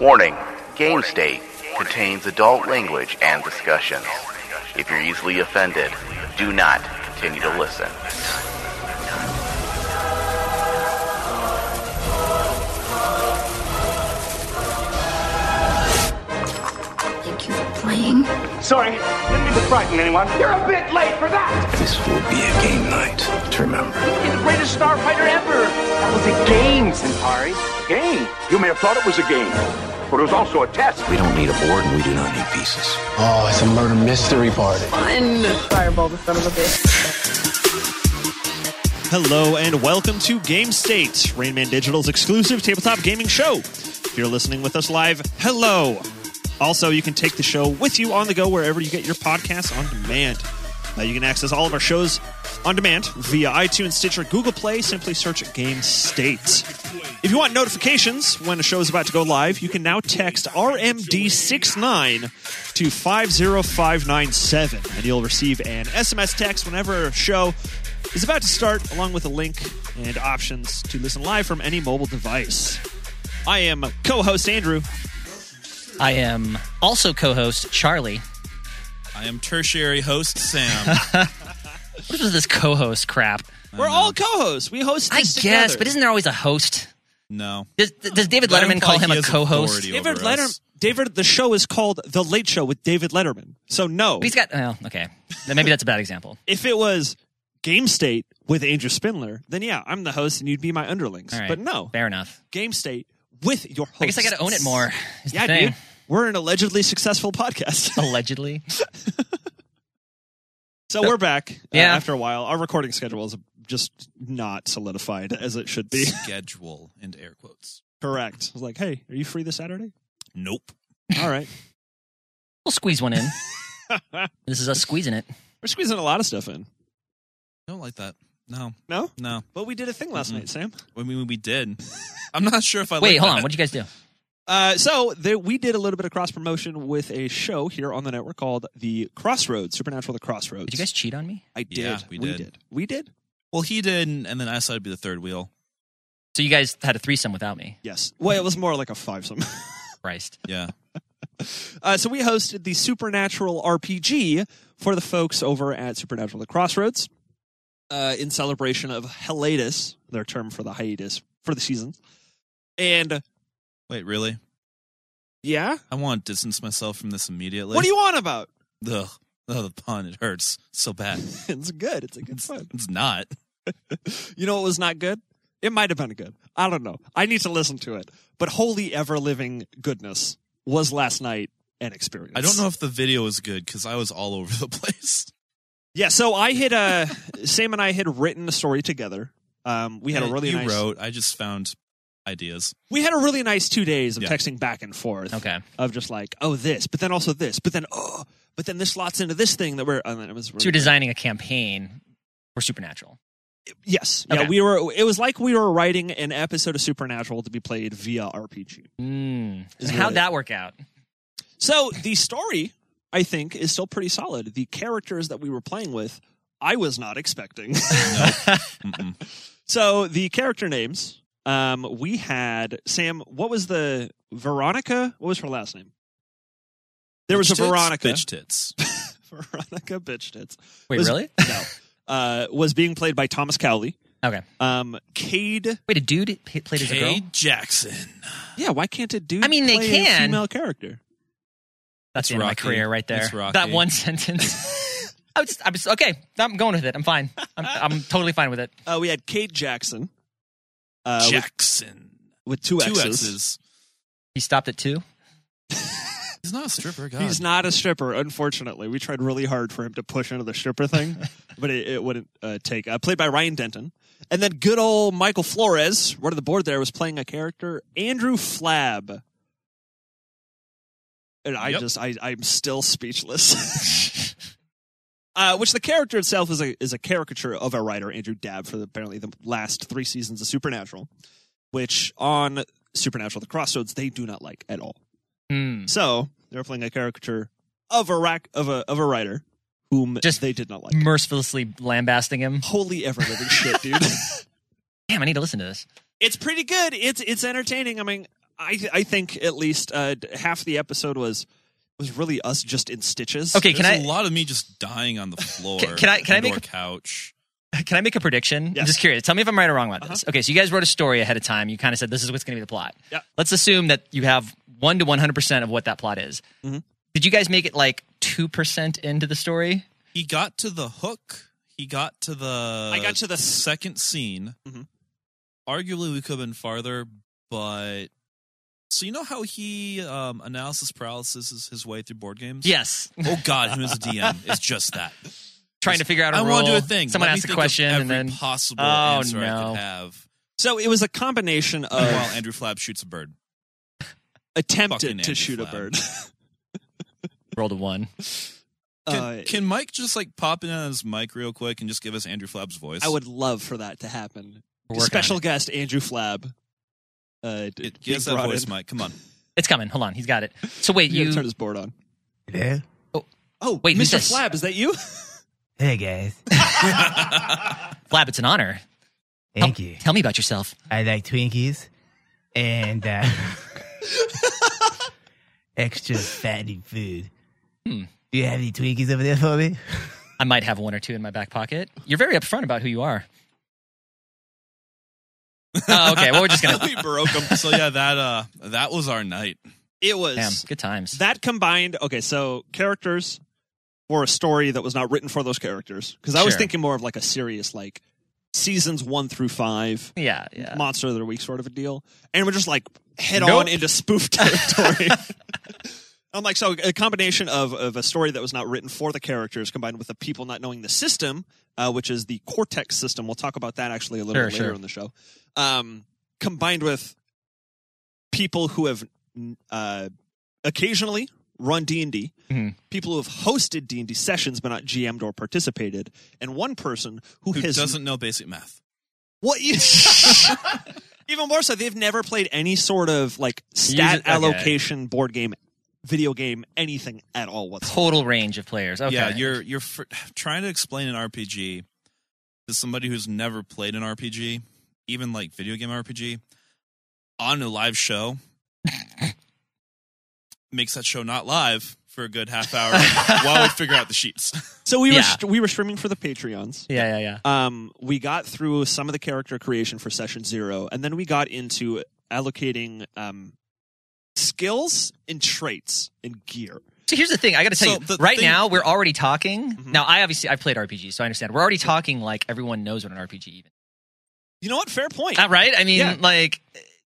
Warning Game State contains adult language and discussions. If you're easily offended, do not continue to listen. Think you're playing? Sorry, didn't mean to frighten anyone. You're a bit late for that. This will be a game night to remember. You're the greatest starfighter ever. That was a game, Centauri. Game. You may have thought it was a game, but it was also a test. We don't need a board and we do not need pieces. Oh, it's a murder mystery party. Fireball the son of a bitch. Hello and welcome to Game State, Rainman Digital's exclusive tabletop gaming show. If you're listening with us live, hello. Also, you can take the show with you on the go wherever you get your podcasts on demand. Uh, you can access all of our shows on demand via iTunes, Stitcher, Google Play. Simply search Game State. If you want notifications when a show is about to go live, you can now text RMD69 to 50597, and you'll receive an SMS text whenever a show is about to start, along with a link and options to listen live from any mobile device. I am co host Andrew. I am also co-host Charlie. I am tertiary host Sam. What is this co-host crap? We're all co hosts. We host I this guess, together. but isn't there always a host? no. Does, does David Let Letterman him call play. him He a has co-host? authority. David over us. Letterman? David, the show is called The Late Show with David Letterman. So no, But he's got. Well, okay, then maybe that's a bad example. if it was Game State with Andrew Spindler, then yeah, I'm the host and you'd be my underlings. All right, But no, fair enough. Game State with your host. I guess I got to own it more. Is the Yeah, thing. dude, we're an allegedly successful podcast. Allegedly, so we're back. uh, Yeah. after a while, our recording schedule is just not solidified as it should be. Schedule and air quotes. Correct. I was like, hey, are you free this Saturday? Nope. All right. we'll squeeze one in. this is us squeezing it. We're squeezing a lot of stuff in. Don't like that. No. No, No. but we did a thing last Mm-mm. night, Sam. I mean, we did. I'm not sure if I. Wait, like hold that. on. What did you guys do? Uh, so there, we did a little bit of cross promotion with a show here on the network called The Crossroads, Supernatural: The Crossroads. Did you guys cheat on me? I did. Yeah, we We did. did. We did? Well, he did, and then I decided to be the third wheel. So you guys had a threesome without me? Yes. Well, it was more like a fivesome. Christ. Yeah. Uh, so we hosted the Supernatural RPG for the folks over at Supernatural: The Crossroads uh, in celebration of hiatus, their term for the hiatus for the season. And Wait, really? yeah, I want to distance myself from this immediately. what do you want about? you? Ugh. Oh, the pun. It hurts so bad. it's good. It's a good fun. It's not. You know what was not good? It might have been good. I don't know. I need to listen to it. But holy ever living goodness was last night an experience. I don't know if the video is good because I was all over the place. Yeah, so I had uh Sam and I had written the story together. Um we had a Yeah, really you nice wrote. I just found ideas. we had a really nice two days of Yeah. texting back and forth. Okay. Of just like, oh this, but then also this, but then oh but then this slots into this thing that we're and then it was So really you're designing a campaign for Supernatural. Yes. Yeah, Okay. we were it was like we were writing an episode of Supernatural to be played via RPG. Mm. Is how'd right. that work out? So the story, I think, is still pretty solid. The characters that we were playing with, I was not expecting. Mm-mm. so the character names, um, we had Sam. What was the Veronica? What was her last name? There was Bitch a tits? Veronica. Bitch tits. Veronica bitch tits. Wait, Was- really? No. Uh, was being played by Thomas Cowley. Okay. Um, Cade. Wait, a dude p- played as a girl. Kay Jackson. Yeah, why can't a dude? I mean, they play a can. female character. That's That's the end of my Rocky. career right there. That's Rocky. That one sentence. I was, I was okay. I'm going with it. I'm fine. I'm, I'm totally fine with it. Uh, we had Cade Jackson. Uh, with- Jackson. with, two X's. Two X's. He stopped at two. He's not a stripper, God. He's not a stripper, unfortunately. We tried really hard for him to push into the stripper thing, but it, it wouldn't uh, take. Uh, played by Ryan Denton. And then good old Michael Flores, right of the board there, was playing a character, Andrew Flab. And I Yep. just, I, I'm still speechless. uh, which the character itself is a, is a caricature of a writer, Andrew Dabb, for the, apparently the last three seasons of Supernatural, which on Supernatural The Crossroads, they do not like at all. Hmm. So they were playing a caricature of a rack of a of a writer whom Just they did not like. Mercilessly lambasting him. Holy ever living shit, dude! Damn, I need to listen to this. it's pretty good. It's it's entertaining. I mean, I I think at least uh, d- half the episode was was really us just in stitches. Okay, can There's a I lot of me just dying on the floor. Can- can I- can I and make or a- couch? can I make a prediction? Yes. I'm just curious. Tell me if I'm right or wrong about Uh-huh. this. Okay, so you guys wrote a story ahead of time. You kind of said this is what's going to be the plot. Yeah. Let's assume that you have one to one hundred percent of what that plot is. Mm-hmm. Did you guys make it like two percent into the story? He got to the hook. He got to the. I got to the- second scene. Mm-hmm. Mhm. Arguably, we could have been farther, but so you know how he um, analysis paralysis is his way through board games. Yes. Oh God, him as a DM It's just that. Trying to figure out a I rule. want to do a thing. Someone Let me asks think a of question, every and then possible Oh, answer I no. Uh, could have. So it was a combination of While Andrew Flab shoots a bird. fucking attempted to Andrew shoot a Flab. bird. rolled a one. Can, Uh, can Mike just like pop in on his mic real quick and just give us Andrew Flab's voice? I would love for that to happen. We're working on Special it. guest Andrew Flab. Uh, d- Get, being get us that brought voice, in. Mike. Come on. It's coming. Hold on. He's got it. So wait, You, you. gotta turn his board on. Yeah. Oh, Wait, who's Mr. this? Flab, is that you? Hey guys. Flab, it's an honor. Thank Tell- you. Tell me about yourself. I like Twinkies and uh, extra fatty food. Do you have any Twinkies over there for me? I might have one or two in my back pocket. You're very upfront about who you are. oh, okay. Well, we're just gonna. we broke him. So yeah, that uh, that was our night. It was Damn, good times. that combined. Okay, so characters or a story that was not written for those characters. Because I was Sure. thinking more of like a serious, like seasons one through five, yeah, yeah. monster of the week sort of a deal. And we're just like head Nope. on into spoof territory. I'm like, so a combination of, of a story that was not written for the characters combined with the people not knowing the system, uh, which is the Cortex system. We'll talk about that actually a little Sure, bit later sure. in the show. Um, combined with people who have uh, occasionally run D&D, Mhm. people who have hosted D&D sessions but not GM'd or participated, and one person who, Who has doesn't know basic math? what you even more so, they've never played any sort of like stat Use it- okay. allocation board game, video game, anything at all whatsoever. Total range of players. Okay. Yeah, you're you're fr- trying to explain an RPG to somebody who's never played an RPG, even like video game RPG, on a live show. makes that show not live for a good half hour while we figure out the sheets. So we were Yeah. st- we were streaming for the Patreons. Yeah, yeah, yeah. Um, we got through some of the character creation for session zero, and then we got into allocating um, skills and traits and gear. So here's the thing. I got to tell So you. the Right thing- Mm-hmm. now, we're already talking. Now, I obviously I've played RPGs, so I understand. We're already talking like everyone knows what an RPG even. You know what? Fair point. Is that right? I mean, Yeah. like,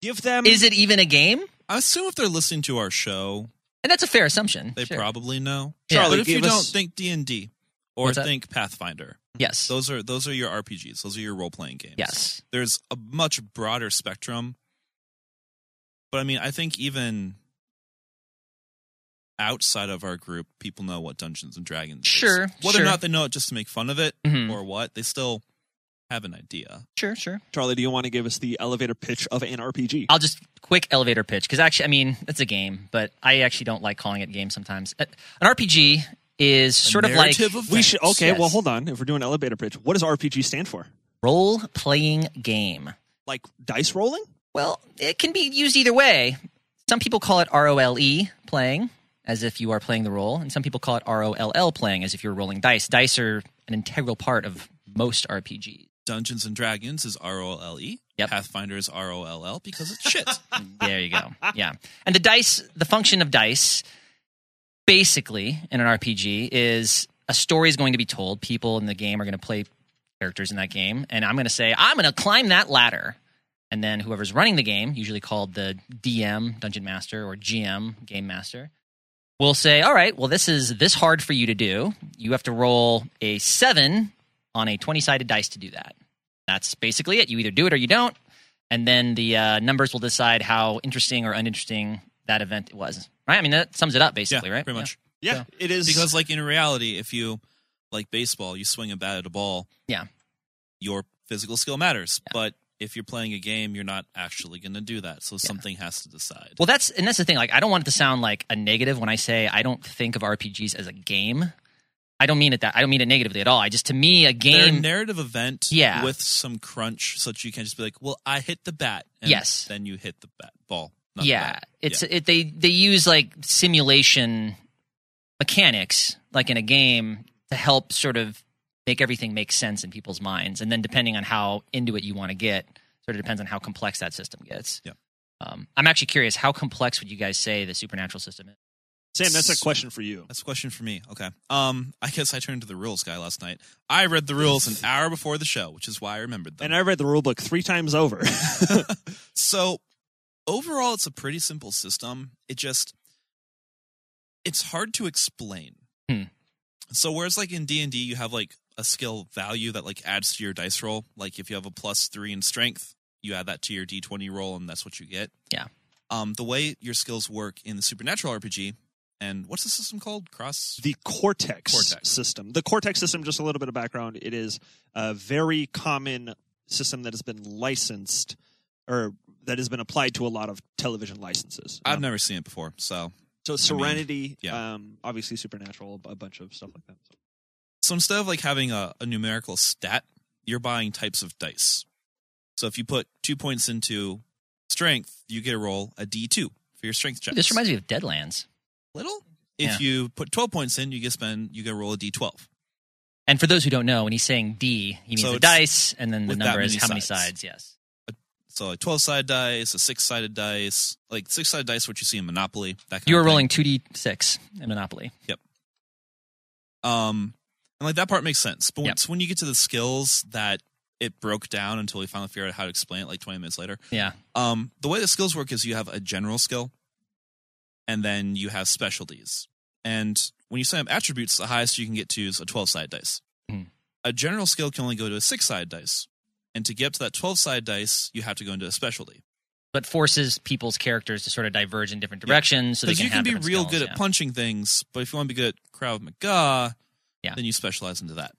Give them is Um, it even a game? I assume if they're listening to our show, And that's a fair assumption. They Sure. probably know. Yeah. but Charlie, if you give us- don't think D and D or What's that? think Pathfinder, Yes. those are those are your RPGs. Those are your role playing games. yes. there's a much broader spectrum. But I mean, I think even outside of our group, people know what Dungeons and Dragons. is. Sure, whether sure. or not they know it just to make fun of it Mhm. or what, they still have an idea. Sure. Sure. Charlie. Do you want to give us the elevator pitch of an RPG? I'll just quick elevator pitch because actually, I mean, it's a game, but I actually don't like calling it a game sometimes. Uh, An RPG is sort of like narrative of we should okay. Yes. Well, hold on. If we're doing elevator pitch, what does RPG stand for? role playing game. like dice rolling? Well, it can be used either way. Some people call it ROLE E, playing, as if you are playing the role, and some people call it ROLL playing, as if you're rolling dice. Dice are an integral part of most RPGs. Dungeons and Dragons is R O L E. Yep. Pathfinder is R O L L because it's shit. There you go. Yeah. And the dice, the function of dice, basically in an RPG, is a story is going to be told. People in the game are going to play characters in that game. And I'm going to say, I'm going to climb that ladder. And then whoever's running the game, usually called the DM, Dungeon Master, or GM, Game Master, will say, All right, well, this is this hard for you to do. You have to roll a seven on a 20 sided dice to do that. That's basically it. You either do it or you don't and then the uh, numbers will decide how interesting or uninteresting that event was. Right? I mean, that sums it yeah, up basically, right? pretty much. Yeah, Yeah. it is Because, like in reality, if you like baseball, you swing a bat at a ball. Yeah. Your physical skill matters, but if you're playing a game, you're not actually going to do that. So something has to decide. Well, that's and that's the thing. Like, I don't want it to sound like a negative when I say I don't think of RPGs as a game. I don't mean it that. I don't mean it negatively at all. I just to me a They're a game. narrative event Yeah. with some crunch, so that you can just be like, "Well, I hit the bat." Yes. Then you hit the bat ball. not yeah, that. it's Yeah. It, they they use like simulation mechanics, like in a game, to help sort of make everything make sense in people's minds, and then depending on how into it you want to get, sort of depends on how complex that system gets. Yeah. Um, I'm actually curious, how complex would you guys say the supernatural system is? Sam, that's a question for you. That's a question for me. Okay. Um, I guess I turned to the rules guy last night. I read the rules an hour before the show, which is why I remembered them. And I read the rule book three times over. so overall it's a pretty simple system it just it's hard to explain Hmm. so whereas like in d&d you have like a skill value that like adds to your dice roll like if you have a plus three in strength you add that to your d20 roll and that's what you get Yeah. um, the way your skills work in the supernatural rpg and what's the system called cross the cortex, Cortex. system. The cortex system, just a little bit of background, it is a very common system that has been licensed or that has been applied to a lot of television licenses. i've Um, never seen it before so so Serenity, yeah. um, obviously Supernatural, a bunch of stuff like that. So So instead of like having a, a numerical stat, you're buying types of dice. So if you put two points into strength, you get a roll a D2 for your strength check. This reminds me of Deadlands. little. Yeah. If you put 12 points in, you get spend you get roll a D12. And for those who don't know, when he's saying D, he means So the it's dice, and then the with that number is many how many sides. sides. Yes. So like 12 sided dice, a six sided dice, like six sided dice, what you see in Monopoly. That kind You of were thing. rolling 2d6 in Monopoly. Um, and like that part makes sense. But Yeah. once when you get to the skills that it broke down until we finally figured out how to explain it, like 20 minutes later. Yeah. Um, the way the skills work is you have a general skill, and then you have specialties. And when you sign up attributes, the highest you can get to is a 12 sided dice. Hmm. A general skill can only go to a six sided dice. And to get up to that 12 sided dice, you have to go into a specialty. But forces people's characters to sort of diverge in different directions so they Because can you can have be different real skills, good yeah. at punching things, but if you want to be good at Krav Maga, Yeah. then you specialize into that.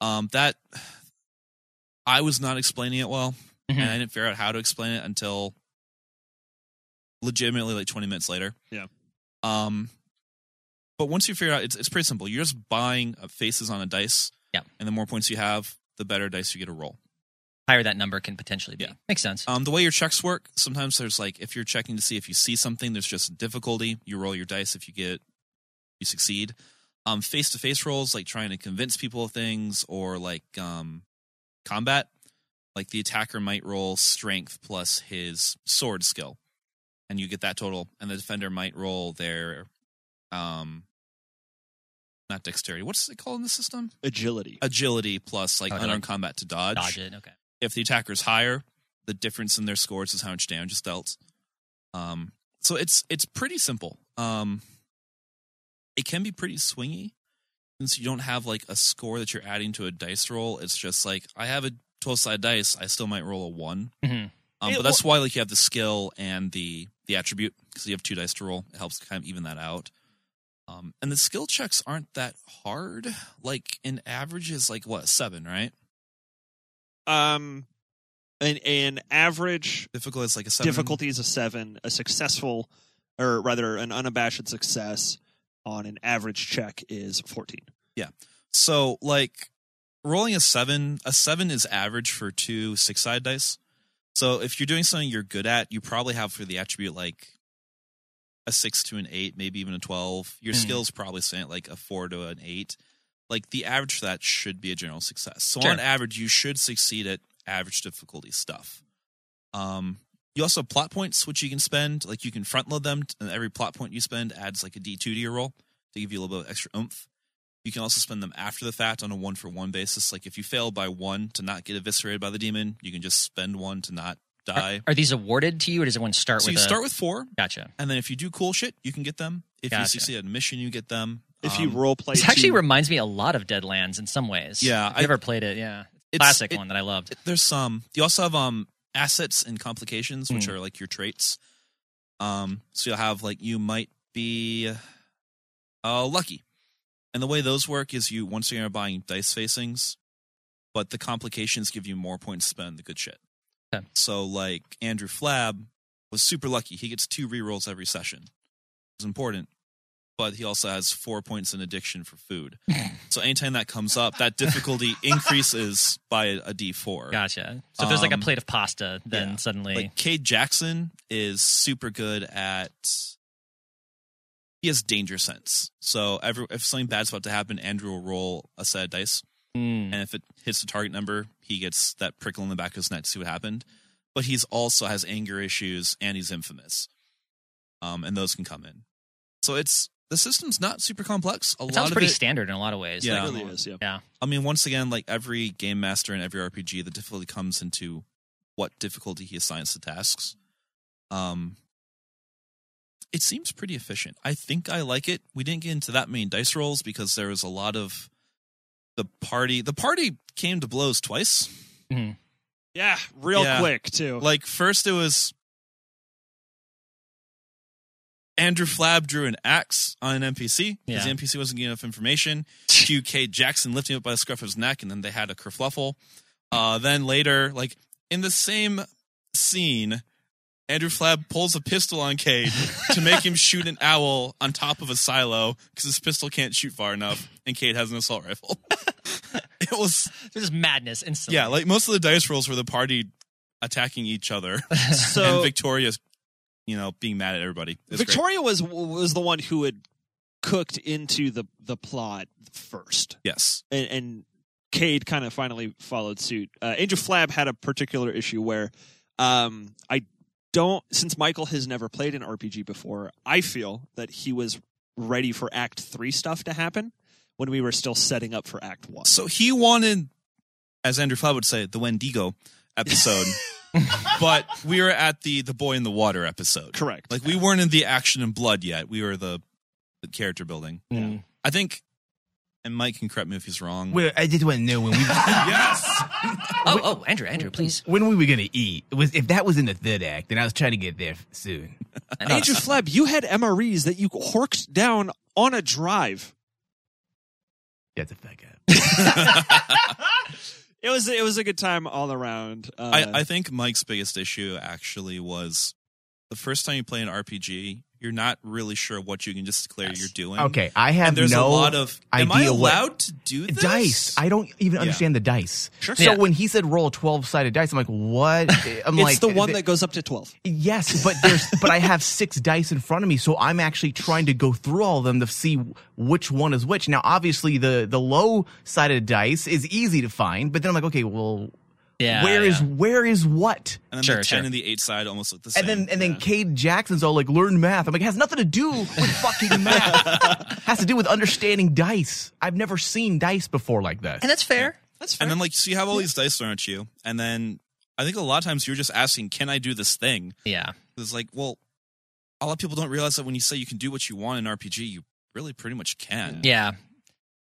Um, that I was not explaining it well, Mhm. and I didn't figure out how to explain it until legitimately like 20 minutes later. Yeah. Um, but once you figure out, it's it's pretty simple. You're just buying uh, faces on a dice. Yeah. And the more points you have, the better dice you get to roll. higher that number can potentially be. Yeah. Makes sense. Um, the way your checks work, sometimes there's like if you're checking to see if you see something, there's just difficulty. You roll your dice. If you get, you succeed. Um, face to face rolls, like trying to convince people of things, or like um, combat. Like the attacker might roll strength plus his sword skill, and you get that total. And the defender might roll their, um, not dexterity. What's it called in the system? agility. Agility plus like Oh, to, unarmed like, combat to Dodge it. Okay. if the attacker's higher, the difference in their scores is how much damage is dealt. Um, so it's it's pretty simple. Um, it can be pretty swingy since you don't have like a score that you're adding to a dice roll. It's just like I have a twelve sided dice, I still might roll a one. hmm Um, It but that's why like you have the skill and the the attribute because you have two dice to roll. It helps kind of even that out. Um, and the skill checks aren't that hard. Like an average is like what seven, right? Um, an, an average Difficult is like a seven. difficulty is a seven. A successful, or rather, an unabashed success on an average check is 14. So like rolling a seven, a seven is average for two six side dice. So if you're doing something you're good at, you probably have for the attribute like a six to an eight, maybe even a twelve. Your Mhm. skill's probably saying like a four to an eight. Like the average for that should be a general success. So Sure. on average, you should succeed at average difficulty stuff. Um, you also have plot points which you can spend. Like you can front load them, and every plot point you spend adds like a D two to your roll to give you a little bit of extra oomph. You can also spend them after the fact on a one for one basis. Like if you fail by one to not get eviscerated by the demon, you can just spend one to not die. Are, are these awarded to you, or does one start So with? you a- start with four, Gotcha. and then if you do cool shit, you can get them. If you Gotcha. succeed at a mission, you get them. If Um, you role play, This actually reminds me a lot of Deadlands in some ways. Yeah, I've I- never played it. Yeah, It's- classic it- one that I loved. there's some. You also have um assets and complications, which Hmm. are like your traits. Um, so you'll have like you might be uh lucky, and the way those work is you once you're buying dice facings, but the complications give you more points to spend on the good shit. Okay. So like Andrew Flab was super lucky; he gets two rerolls every session. It's important, but he also has four points in addiction for food. so anytime that comes up, that difficulty increases by a a D4. Gotcha. So if there's like a Um, plate of pasta, then yeah. suddenly Like Cade Jackson is super good at. He has danger sense. So every, if something bad's about to happen, Andrew will roll a set of dice. Mm. And if it hits the target number, he gets that prickle in the back of his neck to see what happened. But he's also has anger issues and he's infamous. Um, and those can come in. So it's the system's not super complex. A it lot sounds of pretty it, standard in a lot of ways. Yeah. Like, really is. Yeah. yeah. I mean, once again, like every game master and every RPG, the difficulty comes into what difficulty he assigns to tasks. Um, it seems pretty efficient. I think I like it. We didn't get into that many dice rolls because there was a lot of the party. The party came to blows twice. Yeah, real Yeah. quick too. Like first, it was Andrew Flab drew an axe on an NPC because Yeah. the NPC wasn't getting enough information. QK Jackson lifting up by the scruff of his neck, and then they had a kerfluffle. Uh, then later, like in the same scene, Andrew Flab pulls a pistol on Cade to make him shoot an owl on top of a silo because his pistol can't shoot far enough, and Cade has an assault rifle. it was This is madness instantly. yeah, like most of the dice rolls were the party attacking each other and so Victoria's, you know, being mad at everybody. It's great. Victoria was was the one who had cooked into the the plot first, Yes. and, and Cade kind of finally followed suit. Uh, Angel Flab had a particular issue where um, I don't, since Michael has never played an RPG before, I feel that he was ready for Act Three stuff to happen when we were still setting up for Act One. So he wanted, as Andrew Flood would say, the Wendigo episode, but we were at the the boy in the water episode. Correct. Like we weren't in the action and blood yet. We were the, the character building. Mm. I think, and Mike can correct me if he's wrong. Well, I just want to know when we yes. Oh, oh, Andrew, Andrew, please. when we were gonna eat. It was if that was in the third act, then I was trying to get there soon. uh, Andrew Flab, you had MREs that you horked down on a drive. Shut the fuck up. It was it was a good time all around. Uh, I, I think Mike's biggest issue actually was the first time you play an RPG, you're not really sure what you can just declare you're doing. Okay, I have And there's a no lot of am I idea what- allowed to do this? Dice. I don't even Yeah. understand the dice. Sure. So Yeah. when he said roll twelve sided dice, I'm like, what? I'm it's like the one th- that goes up to twelve. Yes, but there's but I have six dice in front of me, so I'm actually trying to go through all of them to see which one is which. Now, obviously, the the low sided dice is easy to find, but then I'm like, okay, well, Yeah. where is yeah. where is what? and then Sure, the ten sure. and the eight side almost look the same. And then and then Yeah. Cade Jackson's all like, learn math. I'm like, it has nothing to do with fucking math. has to do with understanding dice. I've never seen dice before like that. And that's fair. That's fair. and then like so you have all these dice thrown at you, and then I think a lot of times you're just asking, "Can I do this thing?" Yeah. It's like, well, a lot of people don't realize that when you say you can do what you want in RPG, you really pretty much can. Yeah.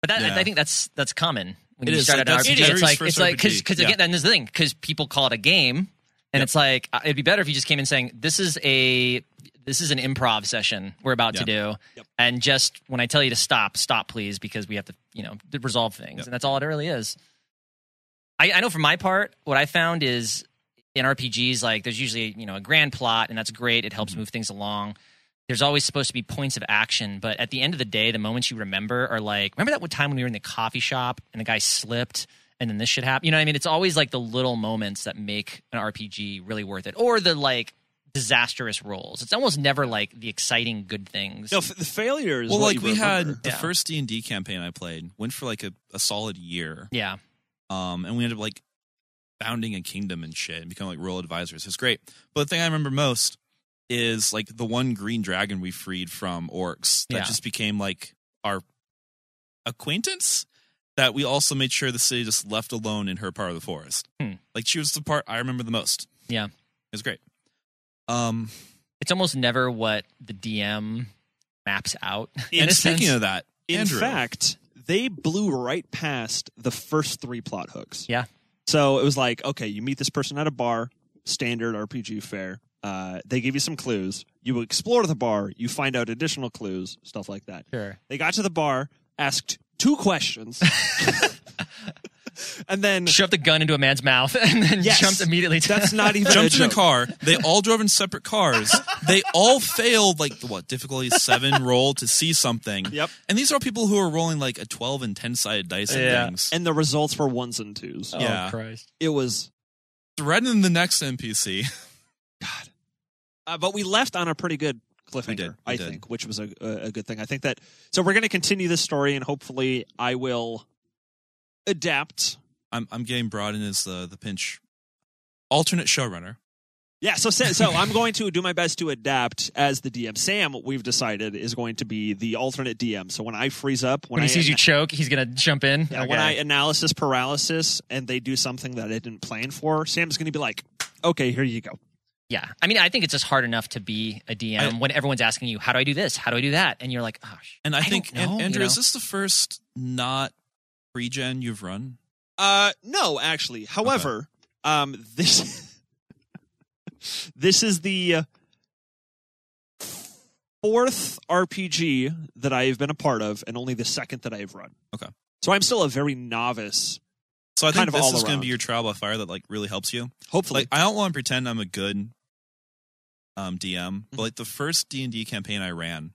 But that, I- Yeah. I think that's that's common when It you is, start like, out an that's RPG. It's Jerry's like first it's like because RPG. because Yeah. again, there's the thing because people call it a game, and it's like uh, it'd be better if you just came in saying this is a this is an improv session we're about to do, and just when I tell you to stop, stop please because we have to you know d- resolve things, Yep. and that's all it really is. I, I know for my part, what I found is in RPGs like there's usually you know a grand plot, and that's great. It helps Mm-hmm. move things along there's always supposed to be points of action, but at the end of the day, the moments you remember are like, remember that one time when we were in the coffee shop and the guy slipped and then this shit happened? You know what I mean? It's always like the little moments that make an RPG really worth it or the like disastrous rolls. It's almost never like the exciting good things. no, f- the failure is Well, like what you we had remember. the Yeah. first D and D campaign I played went for like a, a solid year. yeah. um, and we ended up like founding a kingdom and shit and becoming like royal advisors. It's great. But the thing I remember most is like the one green dragon we freed from orcs that Yeah. just became like our acquaintance that we also made sure the city just left alone in her part of the forest. Hmm. Like she was the part I remember the most. Yeah. It was great. Um It's almost never what the DM maps out. in and a speaking sense. of that, In Andrew, fact, they blew right past the first three plot hooks. Yeah. So it was like, okay, you meet this person at a bar, standard RPG fare. Uh, they give you some clues. You explore the bar. You find out additional clues, stuff like that. Sure. They got to the bar, asked two questions, and then shoved a gun into a man's mouth and then Yes. jumped immediately. To That's not even jumped a in a joke. car. They all drove in separate cars. They all failed like what difficulty seven roll to see something. Yep. And these are all people who are rolling like a twelve and ten sided dice Yeah. Oh, and things. And and the results were ones and twos. Oh. Yeah. Christ. It was, threatening the next NPC. uh, but we left on a pretty good cliffhanger. We did. We I did. think, which was a, a a good thing. I think that so we're going to continue this story, and hopefully, I will adapt. I'm I'm getting brought in as the the pinch alternate showrunner. Yeah, so Sa- so I'm going to do my best to adapt as the DM. Sam, we've decided, is going to be the alternate DM. So when I freeze up, when, When I he sees you choke, he's gonna jump in. Yeah, Okay. when I analysis paralysis and they do something that I didn't plan for, Sam's going to be like, "Okay, here you go." yeah, I mean, I think it's just hard enough to be a DM I- when everyone's asking you, "How do I do this? How do I do that?" And you're like, "Oh, sh- And I, don't think know, An- you Andrew, know? is this the first not pre-gen you've run? Uh, no, actually. However, um, this this is the fourth RPG that I have been a part of, and only the second that I have run. Okay. So I'm still a very novice. So I Kind think of this all is going to around. be your trial by fire that like really helps you. Hopefully, Like I don't want to pretend I'm a good um, DM, but like the first D and D campaign I ran,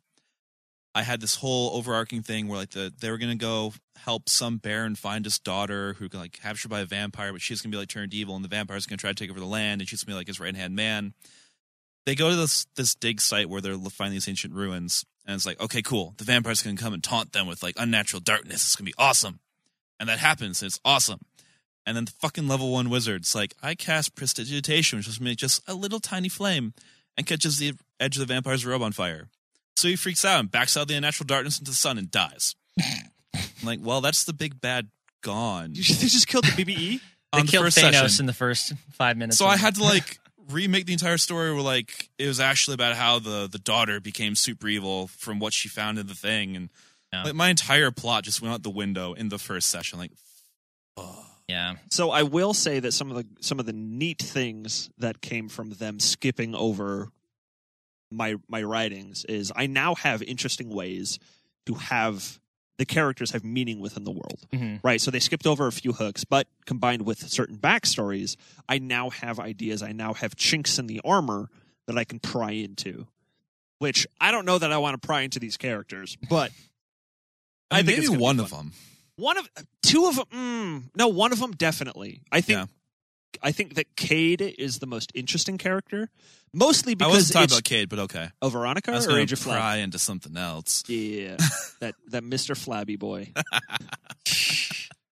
I had this whole overarching thing where like the they were gonna go help some baron find his daughter who got like captured by a vampire, but she's gonna be like turned evil, and the vampire's gonna try to take over the land, and she's gonna be like his right hand man. They go to this this dig site where they're finding these ancient ruins, and it's like, okay, cool, the vampire's gonna come and taunt them with like unnatural darkness. It's gonna be awesome, and that happens, and it's awesome. And then the fucking level one wizard's like, I cast prestidigitation, which is make just a little tiny flame, and catches the edge of the vampire's robe on fire. So he freaks out and backs out of the unnatural darkness into the sun and dies. I'm like, well, that's the big bad gone. You just- they just killed the E? BBE. they on the killed first Thanos session. in the first five minutes. So of I it. had to like remake the entire story where like it was actually about how the the daughter became super evil from what she found in the thing, and Yeah. like my entire plot just went out the window in the first session. Like, yeah, So I will say that some of the some of the neat things that came from them skipping over my my writings is I now have interesting ways to have the characters have meaning within the world. Mhm. Right. So they skipped over a few hooks, but combined with certain backstories, I now have ideas. I now have chinks in the armor that I can pry into. Which I don't know that I want to pry into these characters, but I, I think think maybe it's gonna be one of fun. them. one of two of them. Mm, no, one of them definitely. I think. Yeah. I think that Cade is the most interesting character, mostly I because wasn't talking it's about Cade, but okay. oh, Veronica I was or going Age to of Flab. pry into something else. Yeah, that that Mister Flabby boy.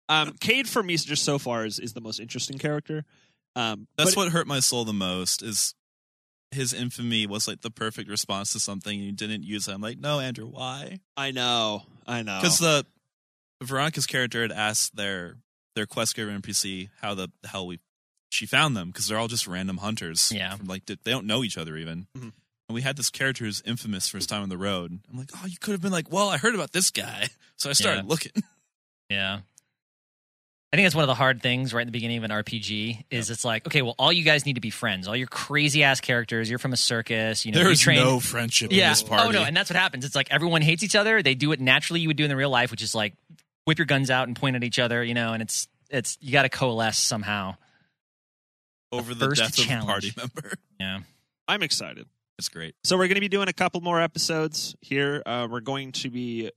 um, Cade for me just so far is, is the most interesting character. Um, That's but- what hurt my soul the most is his infamy was like the perfect response to something and you didn't use it. I'm like, no, Andrew, why? I know. I Oh. know. Because the Veronica's character had asked their their quest giver NPC how the hell we she found them because they're all just random hunters. Yeah. Mm-hmm. from, like they don't know each other even. Mhm. And we had this character who's infamous for his time on the road. I'm like, oh, you could have been like, well, I heard about this guy, so I started Yeah. looking. yeah. I think that's one of the hard things right in the beginning of an RPG is it's like, okay, well, all you guys need to be friends. All your crazy ass characters. You're from a circus. You know, There you is train. no friendship in yeah. this party. Oh no, and that's what happens. It's like everyone hates each other. They do it naturally you would do in the real life, which is like whip your guns out and point at each other, you know, and it's it's you got to coalesce somehow. over the the first death of a challenge. party member. Yeah. I'm excited. It's great. So we're going to be doing a couple more episodes here. Uh, we're going to be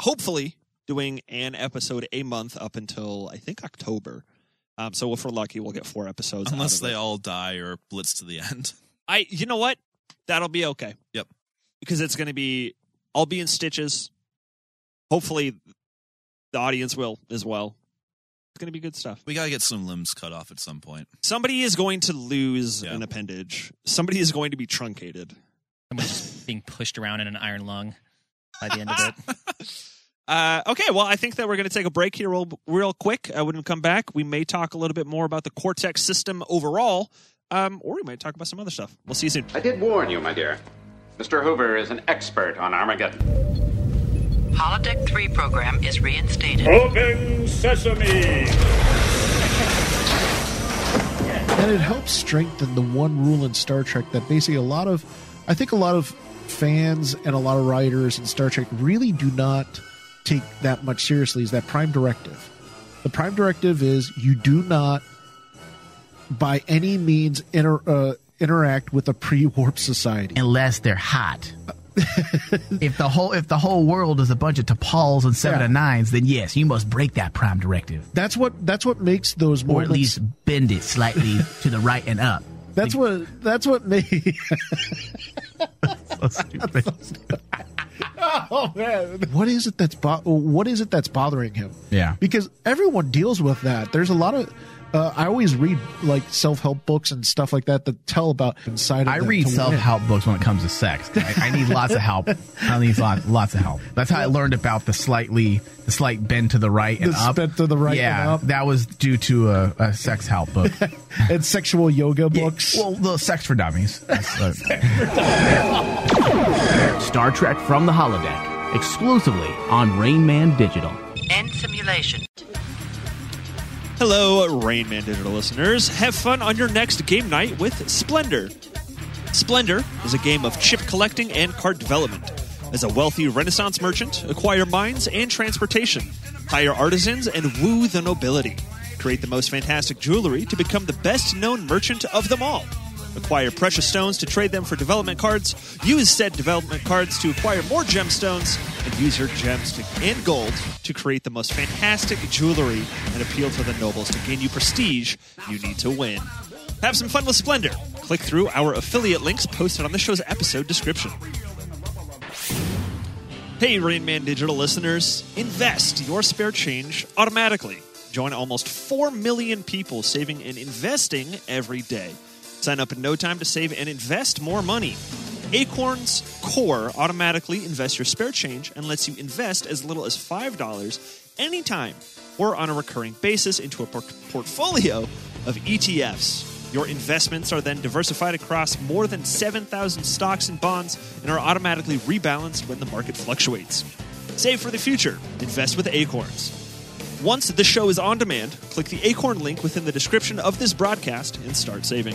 hopefully doing an episode a month up until I think October. Um, so if we're lucky, we'll get four episodes. out Unless of it. they all die or blitz to the end. I, you know what? That'll be okay. Yep. Because it's going to be, I'll be in stitches. Hopefully, the audience will as well. It's going to be good stuff. We gotta get some limbs cut off at some point. Somebody is going to lose Yeah. an appendage. Somebody is going to be truncated. Someone's just being pushed around in an iron lung by the end of it. Uh, okay, well, I think that we're going to take a break here real, real quick. Uh, when we come back, we may talk a little bit more about the Cortex system overall, um, or we might talk about some other stuff. We'll see you soon. I did warn you, my dear. Mr. Hoover is an expert on Armageddon. Holodeck 3 program is reinstated. Open sesame! And it helps strengthen the one rule in Star Trek that basically a lot of, I think a lot of fans and a lot of writers in Star Trek really do not take that much seriously is that prime directive. The prime directive is you do not, by any means, inter, uh, interact with a pre-warp society unless they're hot. if the whole if the whole world is a bunch of Tapals and seven Yeah. and nines, then yes, you must break that prime directive, That's what that's what makes those or moments. at least bend it slightly to the right and up. that's what that's what made. oh man, what is it that's bo- what is it that's bothering him? Yeah. because everyone deals with that. There's a lot of. Uh, I always read like self help books and stuff like that that tell about inside. Of I them read to win. self help books when it comes to sex. I, I need lots of help. I need lots, lots of help. That's how I learned about the slightly the slight bend to the right and The up. bend to the right yeah, and up. that was due to a, a sex help book. and sexual yoga books. well, the sex for dummies. That's the- Star Trek from the holodeck, exclusively on Rain Man Digital. End simulation. Hello, Rain Man Digital listeners. Have fun on your next game night with Splendor. Splendor is a game of chip collecting and card development. As a wealthy Renaissance merchant, acquire mines and transportation, hire artisans, and woo the nobility. Create the most fantastic jewelry to become the best known merchant of them all. Acquire precious stones to trade them for development cards. Use said development cards to acquire more gemstones, and use your gems to, and gold to create the most fantastic jewelry and appeal to the nobles to gain you prestige you need to win. Have some fun with Splendor. Click through our affiliate links posted on the show's episode description. Hey, Rain Man Digital listeners, invest your spare change automatically. Join almost 4 million people saving and investing every day. Sign up in no time to save and invest more money. Acorn's Core automatically invests your spare change and lets you invest as little as $5 anytime or on a recurring basis into a por- portfolio of ETFs. Your investments are then diversified across more than 7,000 stocks and bonds and are automatically rebalanced when the market fluctuates. Save for the future. Invest with Acorns. Once the show is on demand, click the Acorn link within the description of this broadcast and start saving.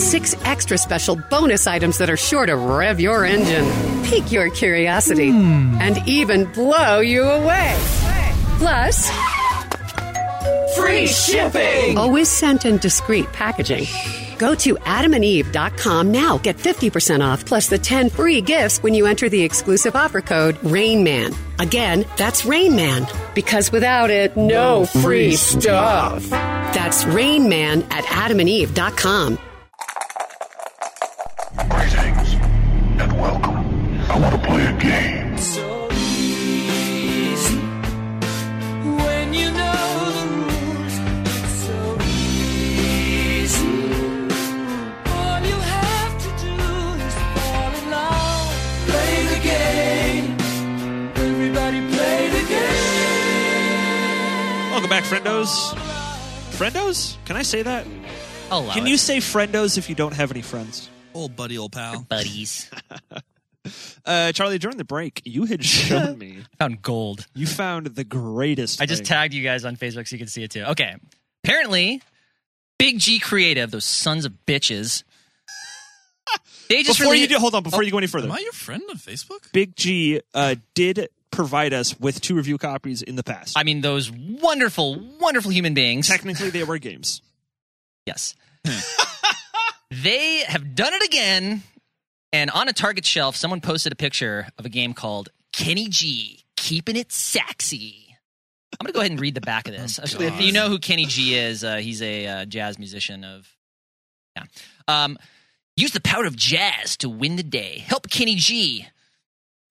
six extra special bonus items that are sure to rev your engine, pique your curiosity, and even blow you away. Plus, Free shipping! Always sent in discreet packaging. Go to adamandeve.com now. Get 50% off plus the 10 free gifts when you enter the exclusive offer code RAINMAN. Again, that's RAINMAN. Because without it, no free stuff. That's RAINMAN at adamandeve.com. I want to play a game. When you know the rules, it's so easy. All you have to do is fall in love. Play the game. Everybody play the game. Welcome back, friendos. Friendos? Can I say that? Hello. Can you say friendos if you don't have any friends? Old buddy, old pal. Buddies. Uh, Charlie, during the break, you had shown me. found gold. You found the greatest. I just thing. tagged you guys on Facebook so you can see it too. Okay. Apparently, Big G Creative, those sons of bitches. They just before really- you do, hold on. Before Oh, you go any further, am I your friend on Facebook? Big G uh, did provide us with two review copies in the past. I mean, those wonderful, wonderful human beings. Technically, they were games. Yes. they have done it again. And on a Target shelf, someone posted a picture of a game called Kenny G, Keeping It Sexy. I'm going to go ahead and read the back of this. if you know who Kenny G is, uh, he's a uh, jazz musician of. Yeah. Um, use the power of jazz to win the day. Help Kenny G,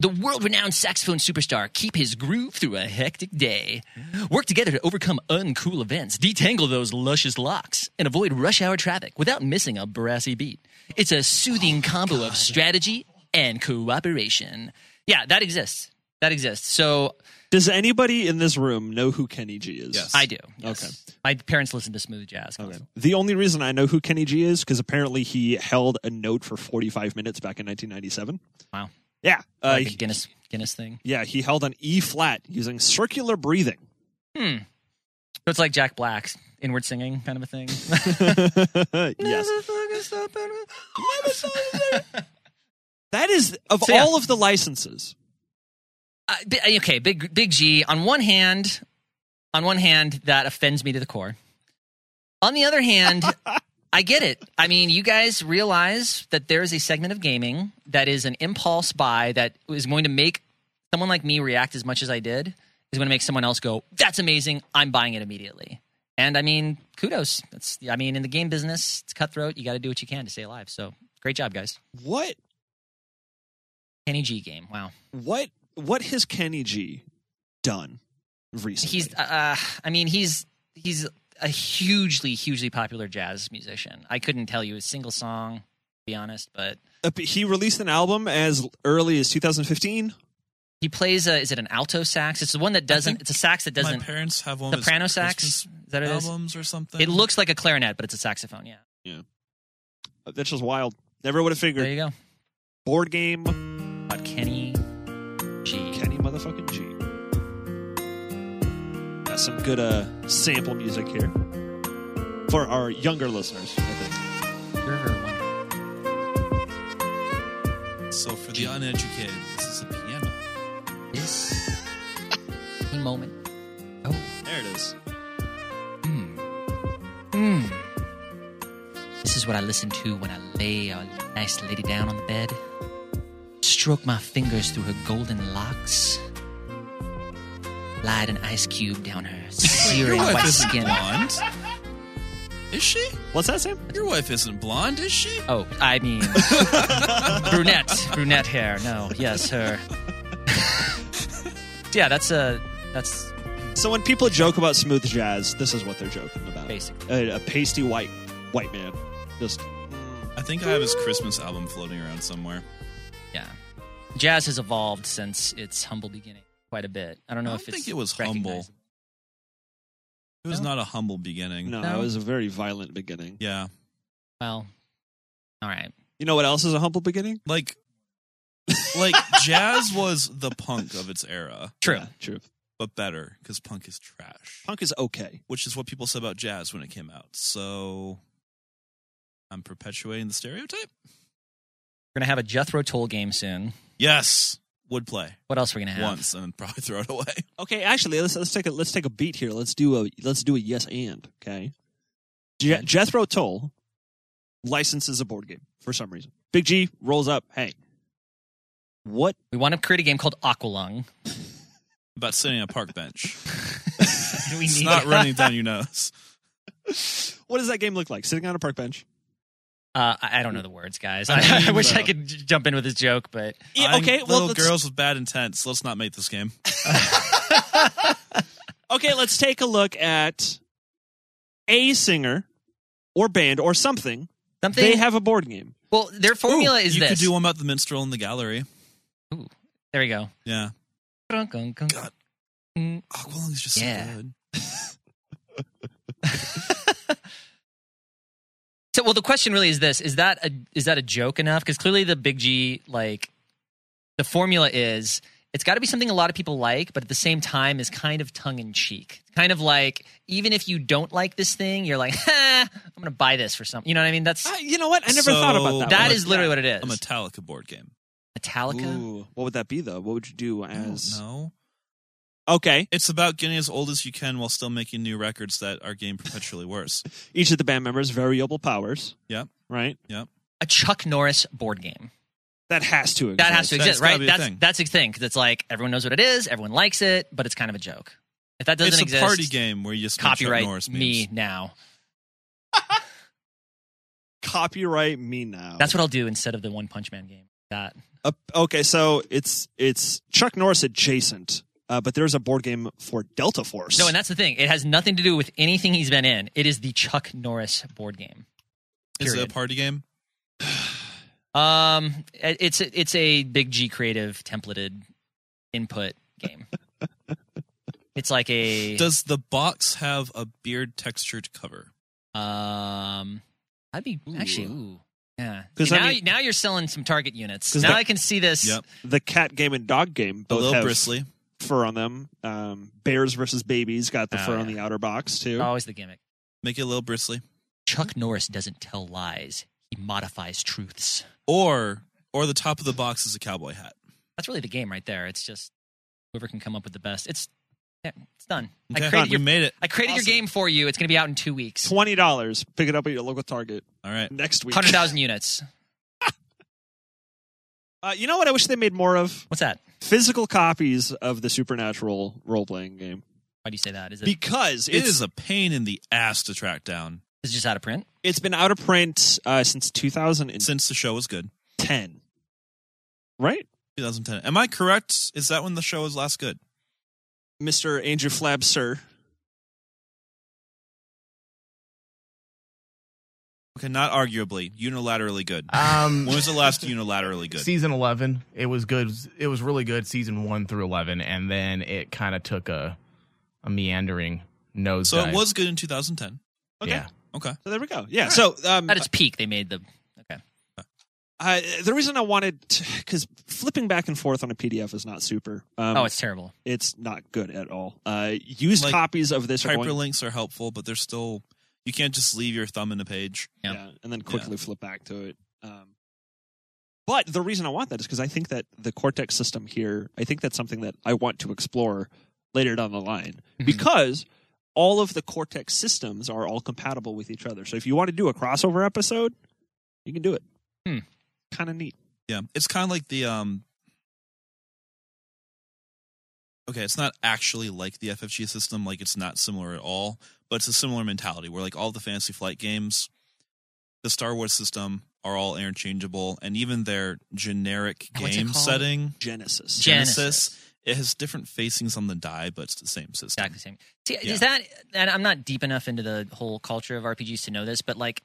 the world renowned saxophone superstar, keep his groove through a hectic day. Work together to overcome uncool events, detangle those luscious locks, and avoid rush hour traffic without missing a brassy beat. It's a soothing combo of strategy and cooperation. Yeah, that exists. That exists. So Does anybody in this room know who Kenny G is? I do. Okay. My parents listened to smooth jazz. constantly. The only reason I know who Kenny G is because apparently he held a note for 45 minutes back in 1997. Wow. Yeah. Uh, Like the he- Guinness Guinness thing. yeah, he held an E flat using circular breathing. Hmm. So it's like Jack Black's inward singing kind of a thing. yes. That is of So, yeah. all of the licenses. Uh, bi- okay, big big G. On one hand, on one hand, that offends me to the core. On the other hand, I get it. I mean, you guys realize that there is a segment of gaming that is an impulse buy that is going to make someone like me react as much as I did. Is going to make someone else go, "That's amazing! I'm buying it immediately." And I mean, kudos. That's I mean, in the game business, it's cutthroat. You got to do what you can to stay alive. So great job, guys. What Kenny G game? Wow. what what has Kenny G done recently? He's, uh, I mean, he's he's a hugely, hugely popular jazz musician. I couldn't tell you a single song, to be honest, but Uh, he released an album as early as 2015. he plays. A, is it an alto sax? It's the one that doesn't. It's a sax that doesn't. My parents have one of his soprano sax. Is Christmas that what it is? albums or something. It looks like a clarinet, but it's a saxophone. Yeah. Yeah. Uh, That's just wild. Never would have figured. There you go. Board game. But Kenny G. Kenny motherfucking G. Got some good uh, sample music here for our younger listeners. I think. So for the uneducated, this is a piano. Yes. Any moment. Oh, there it is. Hmm. This is what I listen to when I lay a nice lady down on the bed, stroke my fingers through her golden locks, glide an ice cube down her Your searing wife white isn't skin. blonde, is she? What's that, Sam? Your wife isn't blonde, is she? Oh, I mean, brunette, brunette hair. No, yes, her. yeah, that's a that's So when people joke about smooth jazz, this is what they're joking about. Basically. a, a pasty white white man. Just mm, I think I have his Christmas album floating around somewhere. yeah. Jazz has evolved since its humble beginning quite a bit. I don't know I if don't it's think it was humble. It was not a humble beginning. no, No. it was a very violent beginning. Yeah. Well, all right. You know what else is a humble beginning? Like, like jazz was the punk of its era. True. true. But better because punk is trash. Punk is okay, which is what people said about jazz when it came out. So I'm perpetuating the stereotype. We're gonna have a Jethro Tull game soon. Yes, would play What else are we gonna have? once and then probably throw it away. Okay, actually, let's let's take a let's take a beat here. Let's do a let's do a yes and okay. Je- Jethro Tull licenses a board game for some reason. Big G rolls up. Hey, what? We want to create a game called Aqualung. About sitting on a park bench. we it's need- not running down your nose. What does that game look like? Sitting on a park bench. Uh, I I don't know the words, guys. I I, I mean, wish I uh, could j- jump in with this joke, but I'm little girls with bad intents. Let's not make this game. Okay, let's take a look at a singer or band or something. Something- They have a board game. Well, their formula is you this. could do one about the minstrel in the gallery. there we go. Yeah, God. Mm. Aqualung is just Yeah. so good. So, well, the question really is this: is that a is that a joke enough? Because clearly, the Big G like the formula is it's got to be something a lot of people like, but at the same time is kind of tongue in cheek. Kind of like even if you don't like this thing, you're like, ha, I'm going to buy this for something. You know what I mean? That's you know what? I never thought about that. That one. is literally what it is. A Metallica board game. Metallica. Ooh, what would that be though? What would you do as? No, Okay, it's about getting as old as you can while still making new records that are getting perpetually worse. each of the band members variable powers, Yep, right? yep. A Chuck Norris board game. That has to. That has to exist, right? That's thing. that's the thing. 'cause it's like everyone knows what it is, everyone likes it, but it's kind of a joke. If that doesn't it's a exist, party game where you just make Chuck copyright Norris me memes. now. Copyright me now. That's what I'll do instead of the One Punch Man game. That Uh, okay, so it's it's Chuck Norris adjacent, uh, but there's a board game for Delta Force. no, and that's the thing. It has nothing to do with anything he's been in. It is the Chuck Norris board game. Is it a Period. party game? Um, it- it's a, it's a big G creative templated input game. it's like a Does the box have a beard textured cover? Um, I'd be actually. Ooh, yeah. 'Cause See, I now, mean- you- now you're selling some target units. 'Cause Now that- I can see this. The cat game and dog game both little have bristly. fur on them. Um, bears versus babies got the Oh, fur on the outer box too. Always the gimmick. Make it a little bristly. Chuck Norris doesn't tell lies; he modifies truths. Or or the top of the box is a cowboy hat. That's really the game right there. It's just whoever can come up with the best. It's yeah, it's done. Okay. I Done. created your We made it. I created your game for you. It's going to be out in two weeks. Twenty dollars. Pick it up at your local Target. All right. Next week. Hundred thousand units. Uh, you know what? I wish they made more of. What's that? Physical copies of the Supernatural role playing game. Why do you say that? Is it Because It it's, is a pain in the ass to track down. It's just out of print. it's been out of print uh, since 2010. Since the show was good. 10. Right? 2010. Am I correct? Is that when the show was last good? Mr. Andrew Flab, sir. Okay, not arguably. Unilaterally good. Um, when was the last unilaterally good? Season 11, it was good. It was really good season 1 through 11 and then it kind of took a a meandering nose so it was good in 2010. Okay. Yeah. Okay. So there we go. Yeah. So um, At its peak, they made the okay. I, the reason I wanted because flipping back and forth on a PDF is not super. Um, oh, it's terrible. it's not good at all. Uh, used copies of this are going- Hyperlinks are helpful, but they're still you can't just leave your thumb in a page. Yeah. yeah, and then quickly flip back to it. Um, but the reason I want that is because I think that the cortex system here, I think that's something that I want to explore later down the line because all of the cortex systems are all compatible with each other. So if you want to do a crossover episode, you can do it. Hmm. Kind of neat. Yeah. It's kind of like the um Okay, it's not actually like the FFG system, like it's not similar at all, but it's a similar mentality where like all the Fantasy Flight games, the Star Wars system are all interchangeable and even their generic What's it game called? setting Genesis. Genesis. it has different facings on the die, but it's the same system. Exactly same. See, Yeah. is that? And I'm not deep enough into the whole culture of RPGs to know this, but like,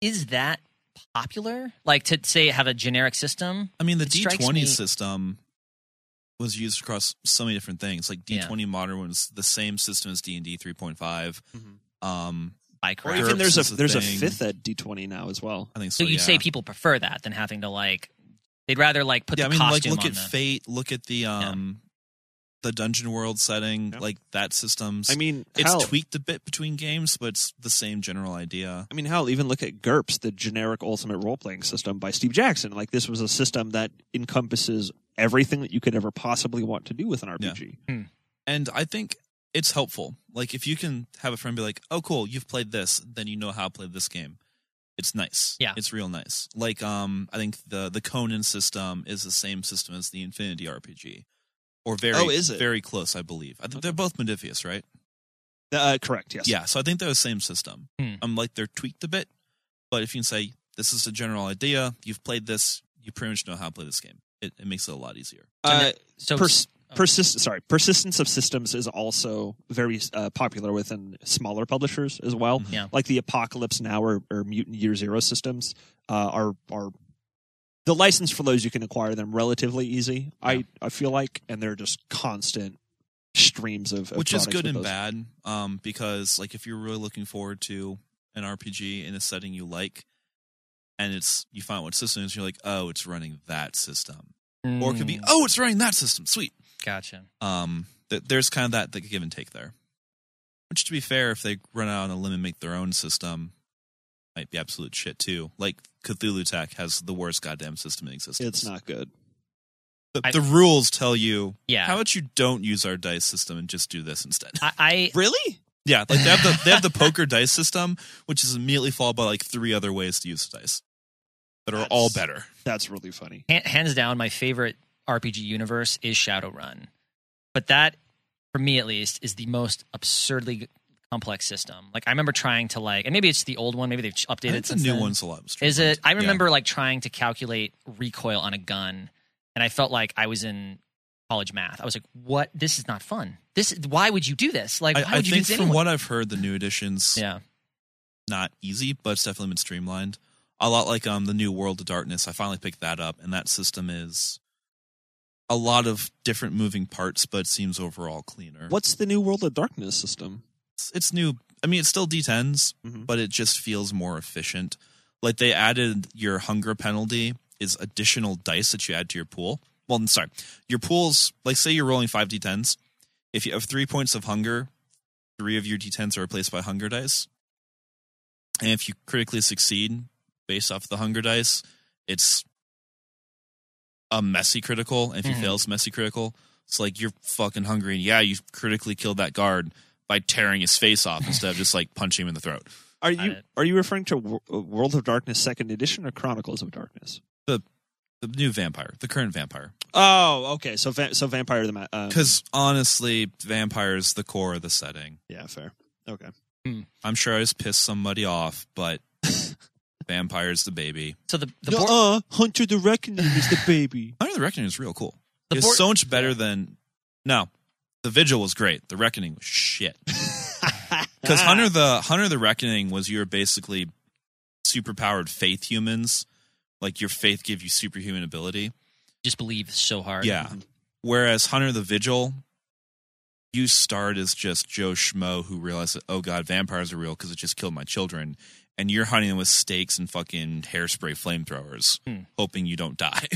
is that popular? Like to say have a generic system? I mean, the It D strikes twenty me- system was used across so many different things. Like D Yeah. twenty modern was the same system as D and D three point five. Mm-hmm. Um, Or Minecraft. even Perhaps there's is a a there's a thing. fifth at D twenty now as well. I think so. So you'd yeah. say people prefer that than having to like. They'd rather like put yeah, I the mean, like costume look on at the- Fate, look at the um, the dungeon world setting, like that systems. I mean, it's hell- tweaked a bit between games, but it's the same general idea. I mean, hell, even look at GURPS, the generic ultimate role playing system by Steve Jackson. Like, this was a system that encompasses everything that you could ever possibly want to do with an RPG. and I think it's helpful. Like if you can have a friend be like, "Oh, cool, you've played this," then you know how to play this game. It's nice. Yeah. it's real nice. Like um, I think the the Conan system is the same system as the Infinity RPG, or very Oh, is it? very close, I believe. I think they're both Modifius, right? Uh, correct, yes. Yeah, so I think they're the same system. Hmm. Um, like they're tweaked a bit, but if you can say this is a general idea, you've played this, you pretty much know how to play this game. It, it makes it a lot easier. Uh, so pers- oh. persist- sorry, persistence of systems is also very uh, popular within smaller publishers as well. Yeah. Mm-hmm. Like the Apocalypse Now or, or Mutant Year Zero systems uh, are are the license for those you can acquire them relatively easy. I, I feel like, and they're just constant streams of, of which is products good and with those. bad um, because like if you're really looking forward to an rpg in a setting you like and it's you find what system it is you're like oh it's running that system or it could be Mm, oh it's running that system sweet Gotcha. um, th- there's kind of that the give and take there which to be fair if they run out on a limb and make their own system might be absolute shit too like cthulhu tech has the worst goddamn system in existence It's not good. the, I- the rules tell you Yeah. how about you don't use our dice system and just do this instead I, I Really? Yeah, like they have the they have the poker dice system, which is immediately followed by like three other ways to use the dice that are all better. That's really funny. Han- hands down my favorite RPG universe is Shadowrun. But that for me at least is the most absurdly complex system. Like I remember trying to like and maybe it's the old one, maybe they've ch- updated It's a since new then. one's a lot. more Is it I Yeah. remember like trying to calculate recoil on a gun and I felt like I was in college math. I was like, "What? This is not fun. This why would you do this? Like why I, I would you do think this from anyway?" what I've heard, the new editions yeah. not easy, but it's definitely been streamlined. A lot like um the new World of Darkness. I finally picked that up, and that system is a lot of different moving parts, but seems overall cleaner. What's the new World of Darkness system? It's, it's new. I mean, it's still D10s, but it just feels more efficient. Like they added your hunger penalty is additional dice that you add to your pool. Well, I'm sorry, your pools. Like say you're rolling five D10s. If you have three points of hunger, three of your D10s are replaced by hunger dice. And if you critically succeed based off the hunger dice, it's a messy critical. And if you Mhm. fail, it's messy critical. It's like you're fucking hungry. And yeah, you critically killed that guard by tearing his face off instead of just like punching him in the throat. Are you are you referring to Wo- uh, World of Darkness Second Edition or Chronicles of Darkness? The the new vampire, the current vampire. Oh, okay. So va- so Vampire the uh, because Because honestly, vampire is the core of the setting. yeah, fair. Okay. I'm sure I just pissed somebody off, but vampire's the baby. So the The uh, Hunter the Reckoning is the baby. Hunter the Reckoning is real cool. The it's board- so much better than no. The Vigil was great. The Reckoning was shit. Ah. Because Hunter the Hunter the Reckoning was you were basically superpowered faith humans. Like your faith gave you superhuman ability. Just believe so hard. Yeah. Whereas Hunter the Vigil, you start as just Joe Schmo who realized that oh god vampires are real because it just killed my children, and you're hunting them with stakes and fucking hairspray flamethrowers, Hmm. hoping you don't die.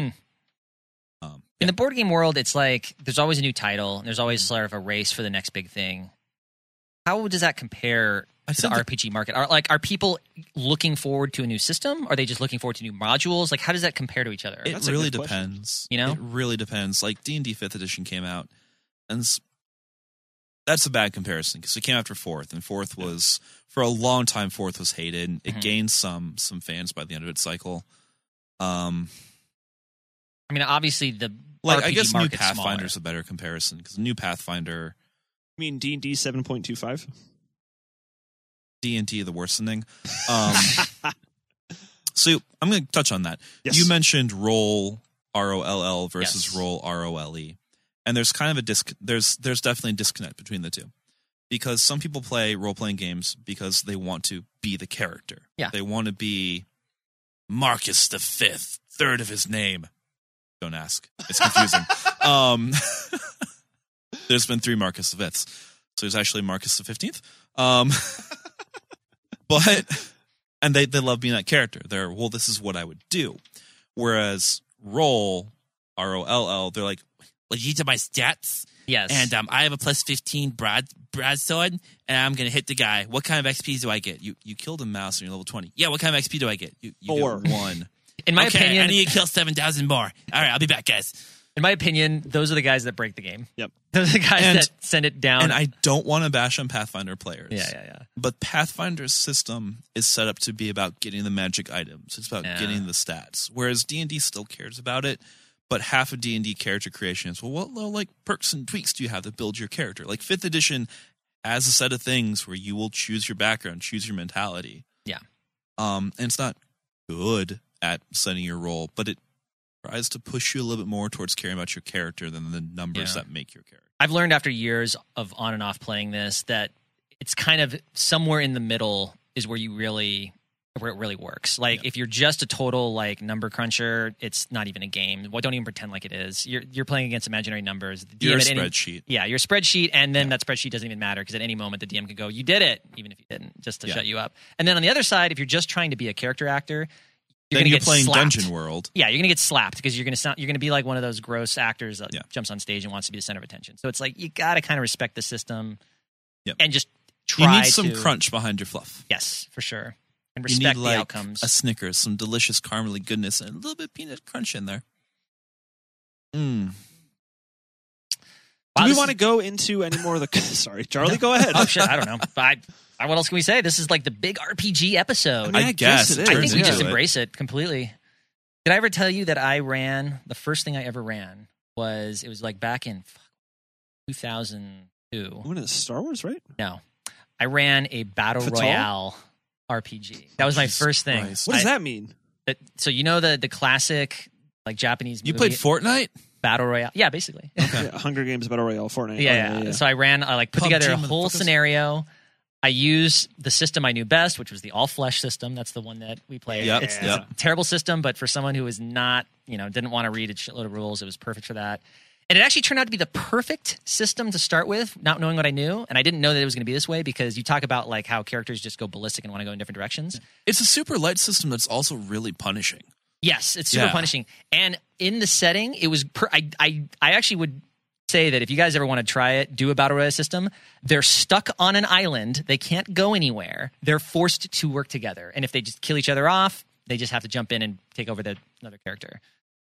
In the board game world, it's like there's always a new title. And there's always sort of a race for the next big thing. How does that compare to the RPG market? Are like are people looking forward to a new system? Are they just looking forward to new modules? Like how does that compare to each other? It really depends. You know? it really depends. Like D and D Fifth Edition came out, and s- that's a bad comparison because it came after Fourth, and Fourth was for a long time Fourth was hated. It Mhm. gained some some fans by the end of its cycle. Um, I mean, obviously the like RPG I guess New market's smaller. Pathfinder's a better comparison because New Pathfinder I mean D and D seven point two five. D and D the worsening. Um, so I'm going to touch on that. You mentioned roll R O L L versus roll R O L E, and there's kind of a disc. There's there's definitely a disconnect between the two because some people play role playing games because they want to be the character. Yeah. they want to be Marcus the Fifth, third of his name. Don't ask. It's confusing. um, there's been three Marcus the Fifths, so there's actually Marcus the Fifteenth. Um, but and they they love being that character. They're well, this is what I would do. Whereas roll R O L L, they're like, well, these are my stats. Yes. and um, I have a plus fifteen broad broadsword, and I'm gonna hit the guy. What kind of XP do I get? You you killed a mouse and you're level twenty. Yeah, what kind of XP do I get? You, you Four. get one. In my Okay, opinion, I need to kill seven thousand more. All right, I'll be back, guys. In my opinion, those are the guys that break the game. Yep. Those are the guys And- that send it down. And I don't want to bash on Pathfinder players. Yeah, yeah, yeah. But Pathfinder's system is set up to be about getting the magic items. It's about Yeah. getting the stats. Whereas D and D still cares about it, but half of D and D character creation is well, what little like perks and tweaks do you have to build your character? Like Fifth Edition has a set of things where you will choose your background, choose your mentality. Yeah. Um, and it's not good at setting your role, but it tries to push you a little bit more towards caring about your character than the numbers Yeah. that make your character. I've learned after years of on and off playing this that it's kind of somewhere in the middle is where you really where it really works. Like if you're just a total like number cruncher, it's not even a game. Well, don't even pretend like it is. You're you're playing against imaginary numbers. The Your at any- spreadsheet. yeah, your spreadsheet, and then that spreadsheet doesn't even matter because at any moment the DM could go, "You did it," even if you didn't, just to Yeah. shut you up. And then on the other side, if you're just trying to be a character actor, you're then gonna you're get playing slapped. Dungeon World. Yeah, you're gonna get slapped because you're gonna sound, you're gonna be like one of those gross actors that jumps on stage and wants to be the center of attention. So it's like you gotta kind of respect the system, and just try. you need some to- crunch behind your fluff. Yes, for sure, and you respect need like the outcomes. a Snickers, some delicious caramely goodness, and a little bit of peanut crunch in there. Mm. Do we want to go into any more of the? Sorry, Charlie, go ahead. oh shit, I don't know. I, I, what else can we say? This is like the big RPG episode. I mean, I I guess guess it it is. I think turns we just into it. embrace it completely. Did I ever tell you that I ran the first thing I ever ran was it was like back in fuck, 2002. One of the Star Wars, right? No, I ran a battle Fatal? royale RPG. That was my Jesus first thing. Christ. What does I- that mean? that- so you know the the classic like Japanese. You movie- played Fortnite? battle royale? Yeah, basically. Yeah, Hunger Games Battle Royale, Fortnite. Oh, Yeah, yeah, So I ran, I like put PUBG, together a whole motherfuckers. scenario. I used the system I knew best, which was the all flesh system. That's the one that we played. Yep, it's, yep. it's a terrible system, but for someone who is not, you you know didn't want to read a shitload of rules. It was perfect for that. And it actually turned out to be the perfect system to start with, not knowing what I knew. And I didn't know that it was going to be this way because you talk about like how characters just go ballistic and want to go in different directions. It's a super light system that's also really punishing. Yes, it's super Yeah. punishing. And in the setting, it was. Per- I, I I actually would say that if you guys ever want to try it, do a battle royale system. They're stuck on an island. They can't go anywhere. They're forced to work together. And if they just kill each other off, they just have to jump in and take over the another character.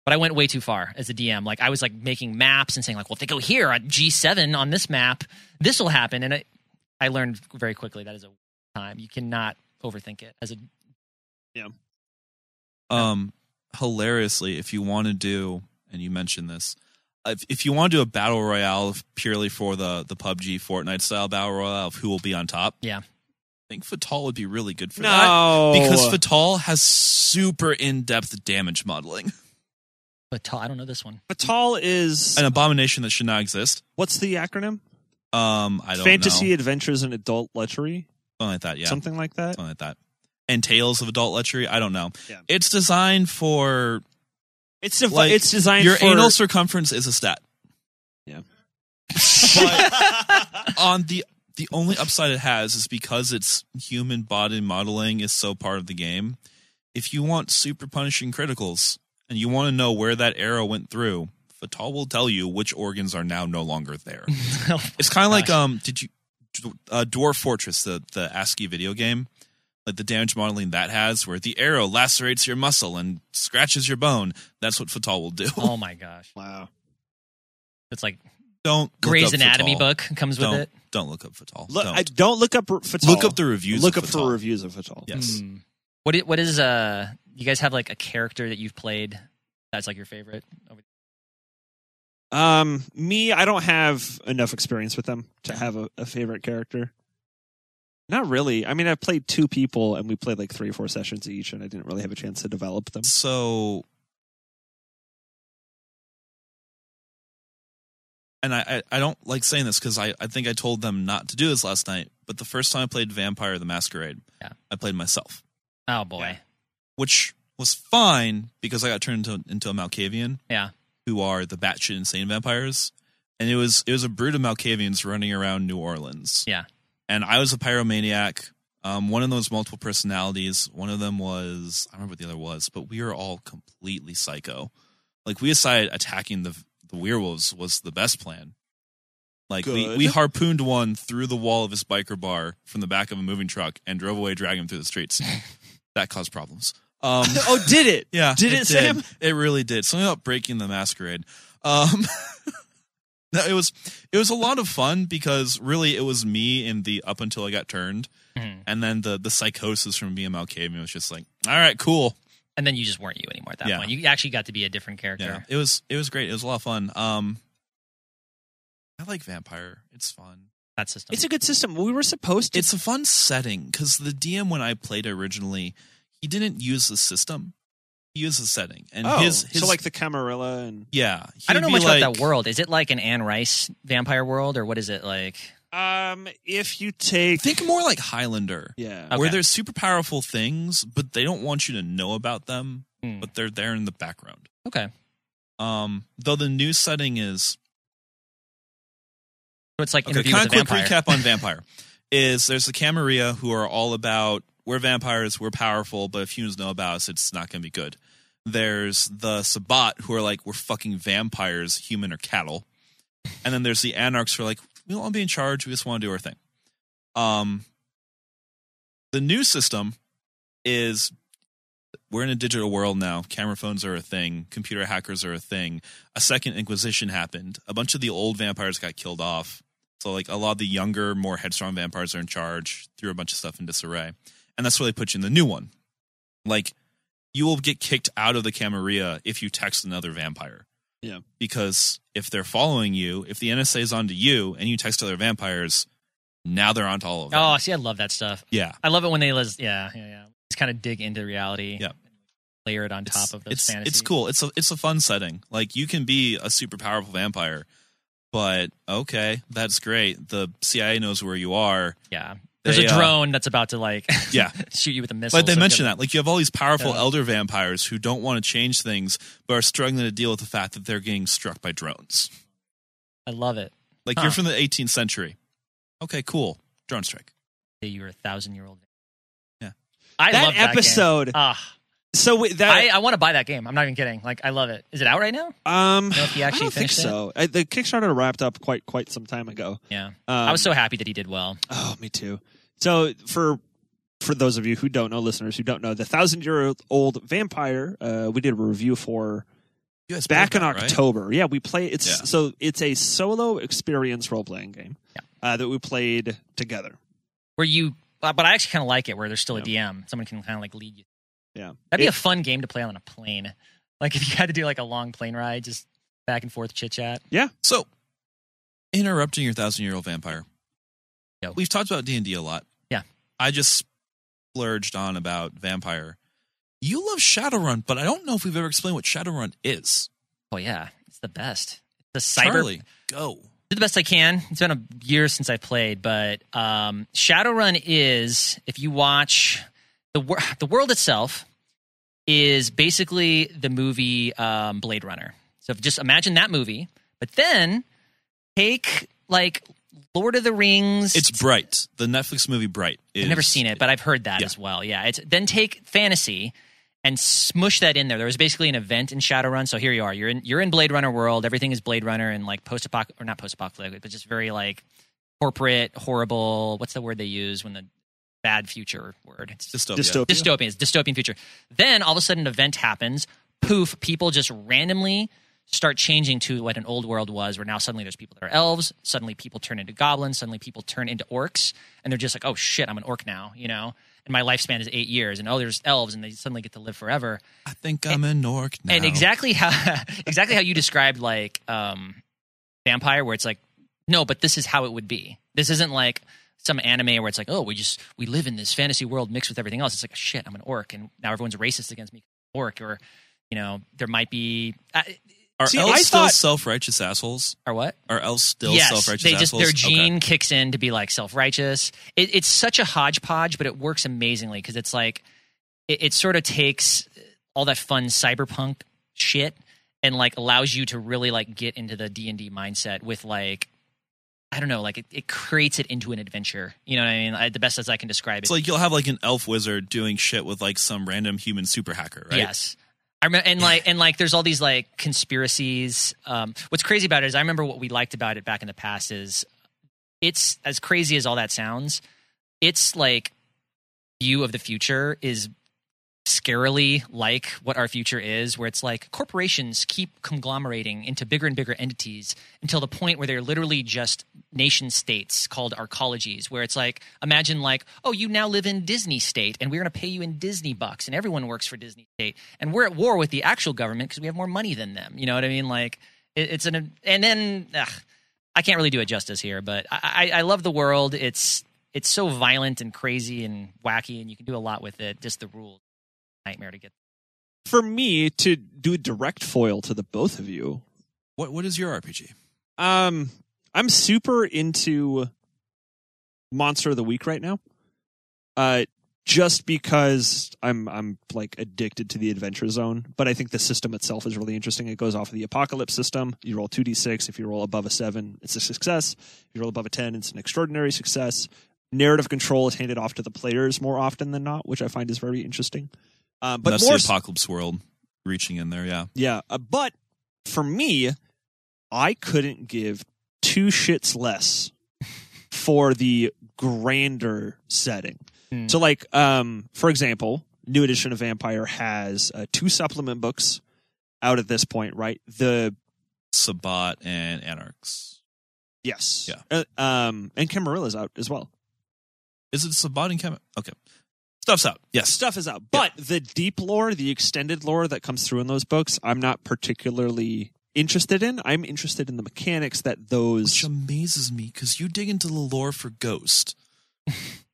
But I went way too far as a DM. Like I was like making maps and saying like, well, if they go here on G seven on this map, this will happen. And I, I learned very quickly that is a time you cannot overthink it as a yeah. Um, hilariously, if you want to do, and you mentioned this, if, if you want to do a battle royale purely for the the PUBG Fortnite style battle royale of who will be on top, yeah, I think Fatal would be really good for No. that because Fatal has super in depth damage modeling. But Tal- I don't know this one. Fatal is An abomination that should not exist. What's the acronym? Um, I don't Fantasy know. Adventures in Adult Lechery. something like that. Yeah, Something like that. something like that. And Tales of Adult Lechery. I don't know. It's designed for. It's defi- it's designed Your for- anal circumference is a stat. Yeah. But on the the only upside it has is because it's human body modeling is so part of the game. If you want super punishing criticals and you want to know where that arrow went through, Fatal will tell you which organs are now no longer there. it's kind of like um, did you uh, Dwarf Fortress, the the ASCII video game, like the damage modeling that has, where the arrow lacerates your muscle and scratches your bone. That's what Fatal will do. Oh my gosh! Wow. It's like Don't look Grey's up Anatomy Fatal. book comes with Don't- it. Don't look up Fatal. Look, don't. I, don't look up r- Fatal. Look up the reviews Look of up Fatal. for reviews of Fatal. Yes. Hmm. What i- what is uh? You guys have like a character that you've played that's like your favorite. over- Um, me, I don't have enough experience with them to have a, a favorite character. Not really. I mean, I played two people, and we played like three or four sessions each, and I didn't really have a chance to develop them. So, and I, I, I don't like saying this because I, I think I told them not to do this last night, but the first time I played Vampire the Masquerade, I played myself, Oh boy. which was fine because I got turned into, into a Malkavian, Yeah. who are the batshit insane vampires. And it was it was a brood of Malkavians running around New Orleans. Yeah. And I was a pyromaniac. Um, one of them was multiple personalities. One of them was I don't remember what the other was, but we were all completely psycho. Like we decided attacking the the werewolves was the best plan. Like we, Good. we harpooned one through the wall of his biker bar from the back of a moving truck and drove away, dragging him through the streets. that caused problems. Um, oh, did it? yeah, Did did. it, Sam? It really did. Something about breaking the masquerade. Um, no, it was it was a lot of fun because really it was me in the up until I got turned, Mhm. and then the the psychosis from being Malkavian was just like, all right, cool. And then you just weren't you anymore at that Yeah. point. You actually got to be a different Yeah, character. it was it was great. It was a lot of fun. Um, I like Vampire. It's fun. That system. It's a good system. We were supposed to. It's a fun setting because the DM when I played originally, he didn't use the system. He used the setting, and oh, his, his so like the Camarilla and yeah. I don't know he'd be much like- about that world. Is it like an Anne Rice vampire world, or what is it like? Um, if you take think more like Highlander, yeah, where there's super powerful things, but they don't want you to know about them, but they're there in the background. Okay, Um, though the new setting is so it's like okay. interview Kind of with a quick vampire. recap on vampire is there's the Camarilla who are all about we're vampires, we're powerful, but if humans know about us, it's not going to be good. There's the Sabbat who are like we're fucking vampires, human or cattle, and then there's the Anarchs who are like we don't want to be in charge, we just want to do our thing. Um, the new system is we're in a digital world now. Camera phones are a thing. Computer hackers are a thing. A second Inquisition happened. A bunch of the old vampires got killed off. So like a lot of the younger, more headstrong vampires are in charge. Threw a bunch of stuff in disarray, and that's where they put you in the new one. Like you will get kicked out of the Camarilla if you text another vampire yeah. because if they're following you, if the NSA is onto you and you text other vampires, now they're onto all of them. Oh, see, I love that stuff. Yeah. I love it when they les- yeah, yeah, yeah. Just kind of dig into reality. Yeah. Layer it on top of the it's, fantasy. It's cool. It's a it's a fun setting. Like you can be a super powerful vampire, but okay, that's great. The CIA knows where you are. Yeah. There's They, a uh, drone that's about to like Yeah. shoot you with a missile. But they so you mention have- that. Like, you have all these powerful Yeah. elder vampires who don't want to change things, but are struggling to deal with the fact that they're getting struck by drones. I love it. Like, Huh. you're from the 18th century. Okay, cool. Drone strike. Hey, you're a thousand year old. Yeah. I That love that game. episode- Ah. So that I, I want to buy that game. I'm not even kidding. Like I love it. Is it out right now? Um, know if he actually I don't think finished it? so. I, the Kickstarter wrapped up quite quite some time ago. Yeah, Um, I was so happy that he did well. Oh, me too. So for for those of you who don't know, listeners who don't know, the thousand year old vampire, uh, we did a review for You guys back played in that, right? October. Yeah, we play it's Yeah. so it's a solo experience role playing game uh, that we played together. Where you, uh, but I actually kind of like it where there's still a DM. Someone can kind of like lead you. Yeah, That'd be It- a fun game to play on a plane. Like if you had to do like a long plane ride, just back and forth chit chat. Yeah. So, interrupting your thousand year old vampire. Yeah. We've talked about D and D a lot. Yeah. I just splurged on about vampire. You love Shadowrun, but I don't know if we've ever explained what Shadowrun is. Oh yeah, it's the best. It's the cyber. Charlie, go. Did the best I can. It's been a year since I played, but um, Shadowrun is if you watch the wor- the world itself is basically the movie um, Blade Runner. So if, just imagine that movie, but then take like Lord of the Rings. It's Bright, the Netflix movie Bright. Is, I've never seen it, but I've heard that as well. Yeah, it's then take fantasy and smush that in there. There was basically an event in Shadowrun, so here you are. You're in you're in Blade Runner world. Everything is Blade Runner and like post apoc or not post apocalyptic, but just very like corporate, horrible. What's the word they use when the bad future word? It's Dystopia. Dystopia. dystopian. It's dystopian future. Then all of a sudden, an event happens. Poof! People just randomly start changing to what an old world was, where now suddenly there's people that are elves. Suddenly, people turn into goblins. Suddenly, people turn into orcs, and they're just like, "Oh shit, I'm an orc now," you know. And my lifespan is eight years, and oh, there's elves, and they suddenly get to live forever. I think I'm an orc now. And exactly how exactly how you described like um, vampire, where it's like, no, but this is how it would be. This isn't like some anime where it's like, oh, we just we live in this fantasy world mixed with everything else. It's like, shit, I'm an orc, and now everyone's racist against me, orc, or you know, there might be. I Are See, elves I still thought- self righteous assholes? Are what? Are elves still yes, self righteous they just assholes? their Okay. gene kicks in to be like self righteous. It, it's such a hodgepodge, but it works amazingly because it's like it, it sort of takes all that fun cyberpunk shit and like allows you to really like get into the D and D mindset with like I don't know, like it, it creates it into an adventure. You know what I mean? I, the best as I can describe it. It's like you'll have like an elf wizard doing shit with like some random human super hacker, right? Yes. I remember, and like, and like, there's all these like conspiracies. Um, what's crazy about it is I remember what we liked about it back in the past is it's as crazy as all that sounds. It's like view of the future is scarily like what our future is, where it's like corporations keep conglomerating into bigger and bigger entities until the point where they're literally just nation states called arcologies, where it's like, imagine like, oh, you now live in Disney state and we're going to pay you in Disney bucks and everyone works for Disney state. And we're at war with the actual government because we have more money than them. You know what I mean? Like, it, it's an, and then, ugh, I can't really do it justice here, but I, I, I love the world. It's, it's so violent and crazy and wacky, and you can do a lot with it. Just the rules, nightmare to get. For me to do a direct foil to the both of you, What what is your RPG? Um, I'm super into Monster of the Week right now. Uh, just because I'm I'm like addicted to the Adventure Zone, but I think the system itself is really interesting. It goes off of the Apocalypse system. You roll two d six. If you roll above a seven, it's a success. If you roll above a ten, it's an extraordinary success. Narrative control is handed off to the players more often than not, which I find is very interesting. Uh, but That's more the so- apocalypse world reaching in there, yeah. yeah, uh, but for me, I couldn't give two shits less for the grander setting. Hmm. So, like, um, for example, New Edition of Vampire has uh, two supplement books out at this point, right? The Sabat and Anarchs. yes, yeah, uh, um, and Camarilla's out as well. Is it Sabat and Cam? Okay, stuff's out. Yes, stuff is out. But the deep lore, the extended lore that comes through in those books, I'm not particularly interested in. I'm interested in the mechanics that those Which amazes me because you dig into the lore for Ghost.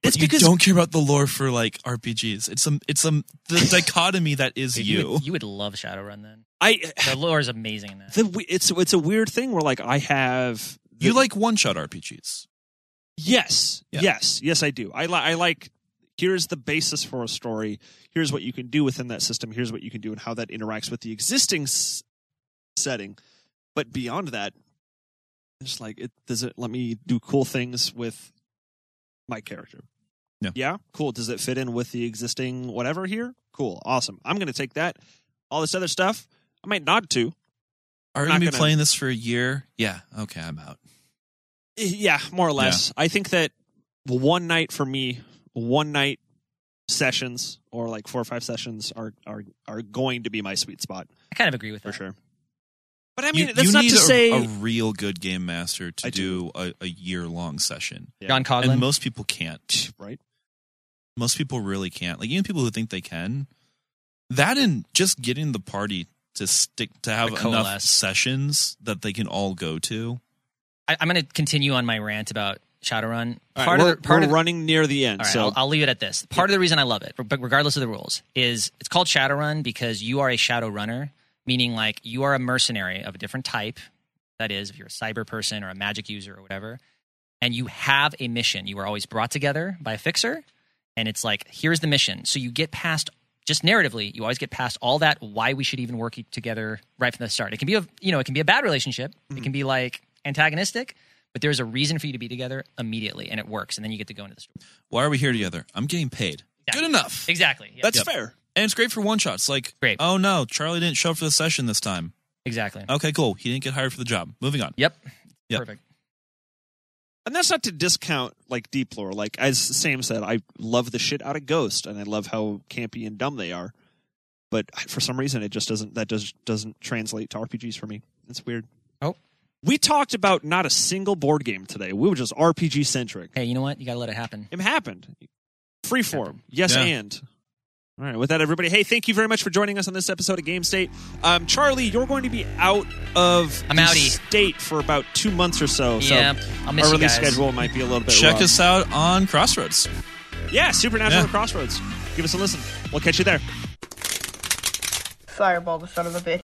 It's you because- don't care about the lore for like RPGs. It's some it's some the dichotomy that is Dude, you. would, you would love Shadowrun then. I the lore is amazing in that. the, it's it's a weird thing where like I have You like one shot RPGs. Yes, yes, yes, I do. I, li- I like. Here's the basis for a story. Here's what you can do within that system. Here's what you can do and how that interacts with the existing s- setting. But beyond that, it's just like it does it let me do cool things with my character. Yeah. Yeah. Cool. Does it fit in with the existing whatever here? Cool. Awesome. I'm gonna take that. All this other stuff, I might nod to. Are I'm we not gonna be gonna- playing this for a year? Yeah. Okay, I'm out. Yeah, more or less. I think that one night for me, one night sessions or like four or five sessions are are are going to be my sweet spot. I kind of agree with for sure. But I mean, that's not to a, say- a real good game master to do, a, a year long session. Yeah. John Coughlin? and most people can't. Right. Most people really can't. Like even people who think they can. That and just getting the party to stick to have To enough coalesce. sessions that they can all go to. I, I'm going to continue on my rant about Shadowrun. All right, Part we're, of the, part we're of the- running near the end, All right, so I'll, I'll leave it at this. Part of the reason I love it, but regardless of the rules, is it's called Shadowrun because you are a shadow runner, meaning like you are a mercenary of a different type. That is, if you're a cyber person or a magic user or whatever, and you have a mission, you are always brought together by a fixer, and it's like here's the mission. So you get past just narratively, you always get past all that why we should even work e-, together right from the start. It can be a you know it can be a bad relationship. It can be like antagonistic. But there's a reason for you to be together immediately, and it works. And then you get to go into the story. Why are we here together? I'm getting paid. Good enough. Exactly. yeah. That's fair. And it's great for one shots. Like, great. oh no, Charlie didn't show up for the session this time. Exactly. Okay, cool. He didn't get hired for the job. Moving on. Yep. Yep. Perfect. and that's not to discount like deep lore. Like as Sam said, I love the shit out of Ghost, and I love how campy and dumb they are. But for some reason, it just doesn't. That does doesn't translate to RPGs for me. It's weird. Oh, we talked about not a single board game today. We were just RPG centric. Hey, you know what? You got to let it happen. It happened. Freeform. Yes, Yeah. and. All right, with that, everybody. Hey, thank you very much for joining us on this episode of Game State. Um, Charlie, you're going to be out of I'm the outie. state for about two months or so. Yep, so I'll miss our you release guys. schedule might be a little bit. Check rough. us out on Crossroads. Yeah, Supernatural Yeah. Crossroads. Give us a listen. We'll catch you there. Fireball, the son of a bitch.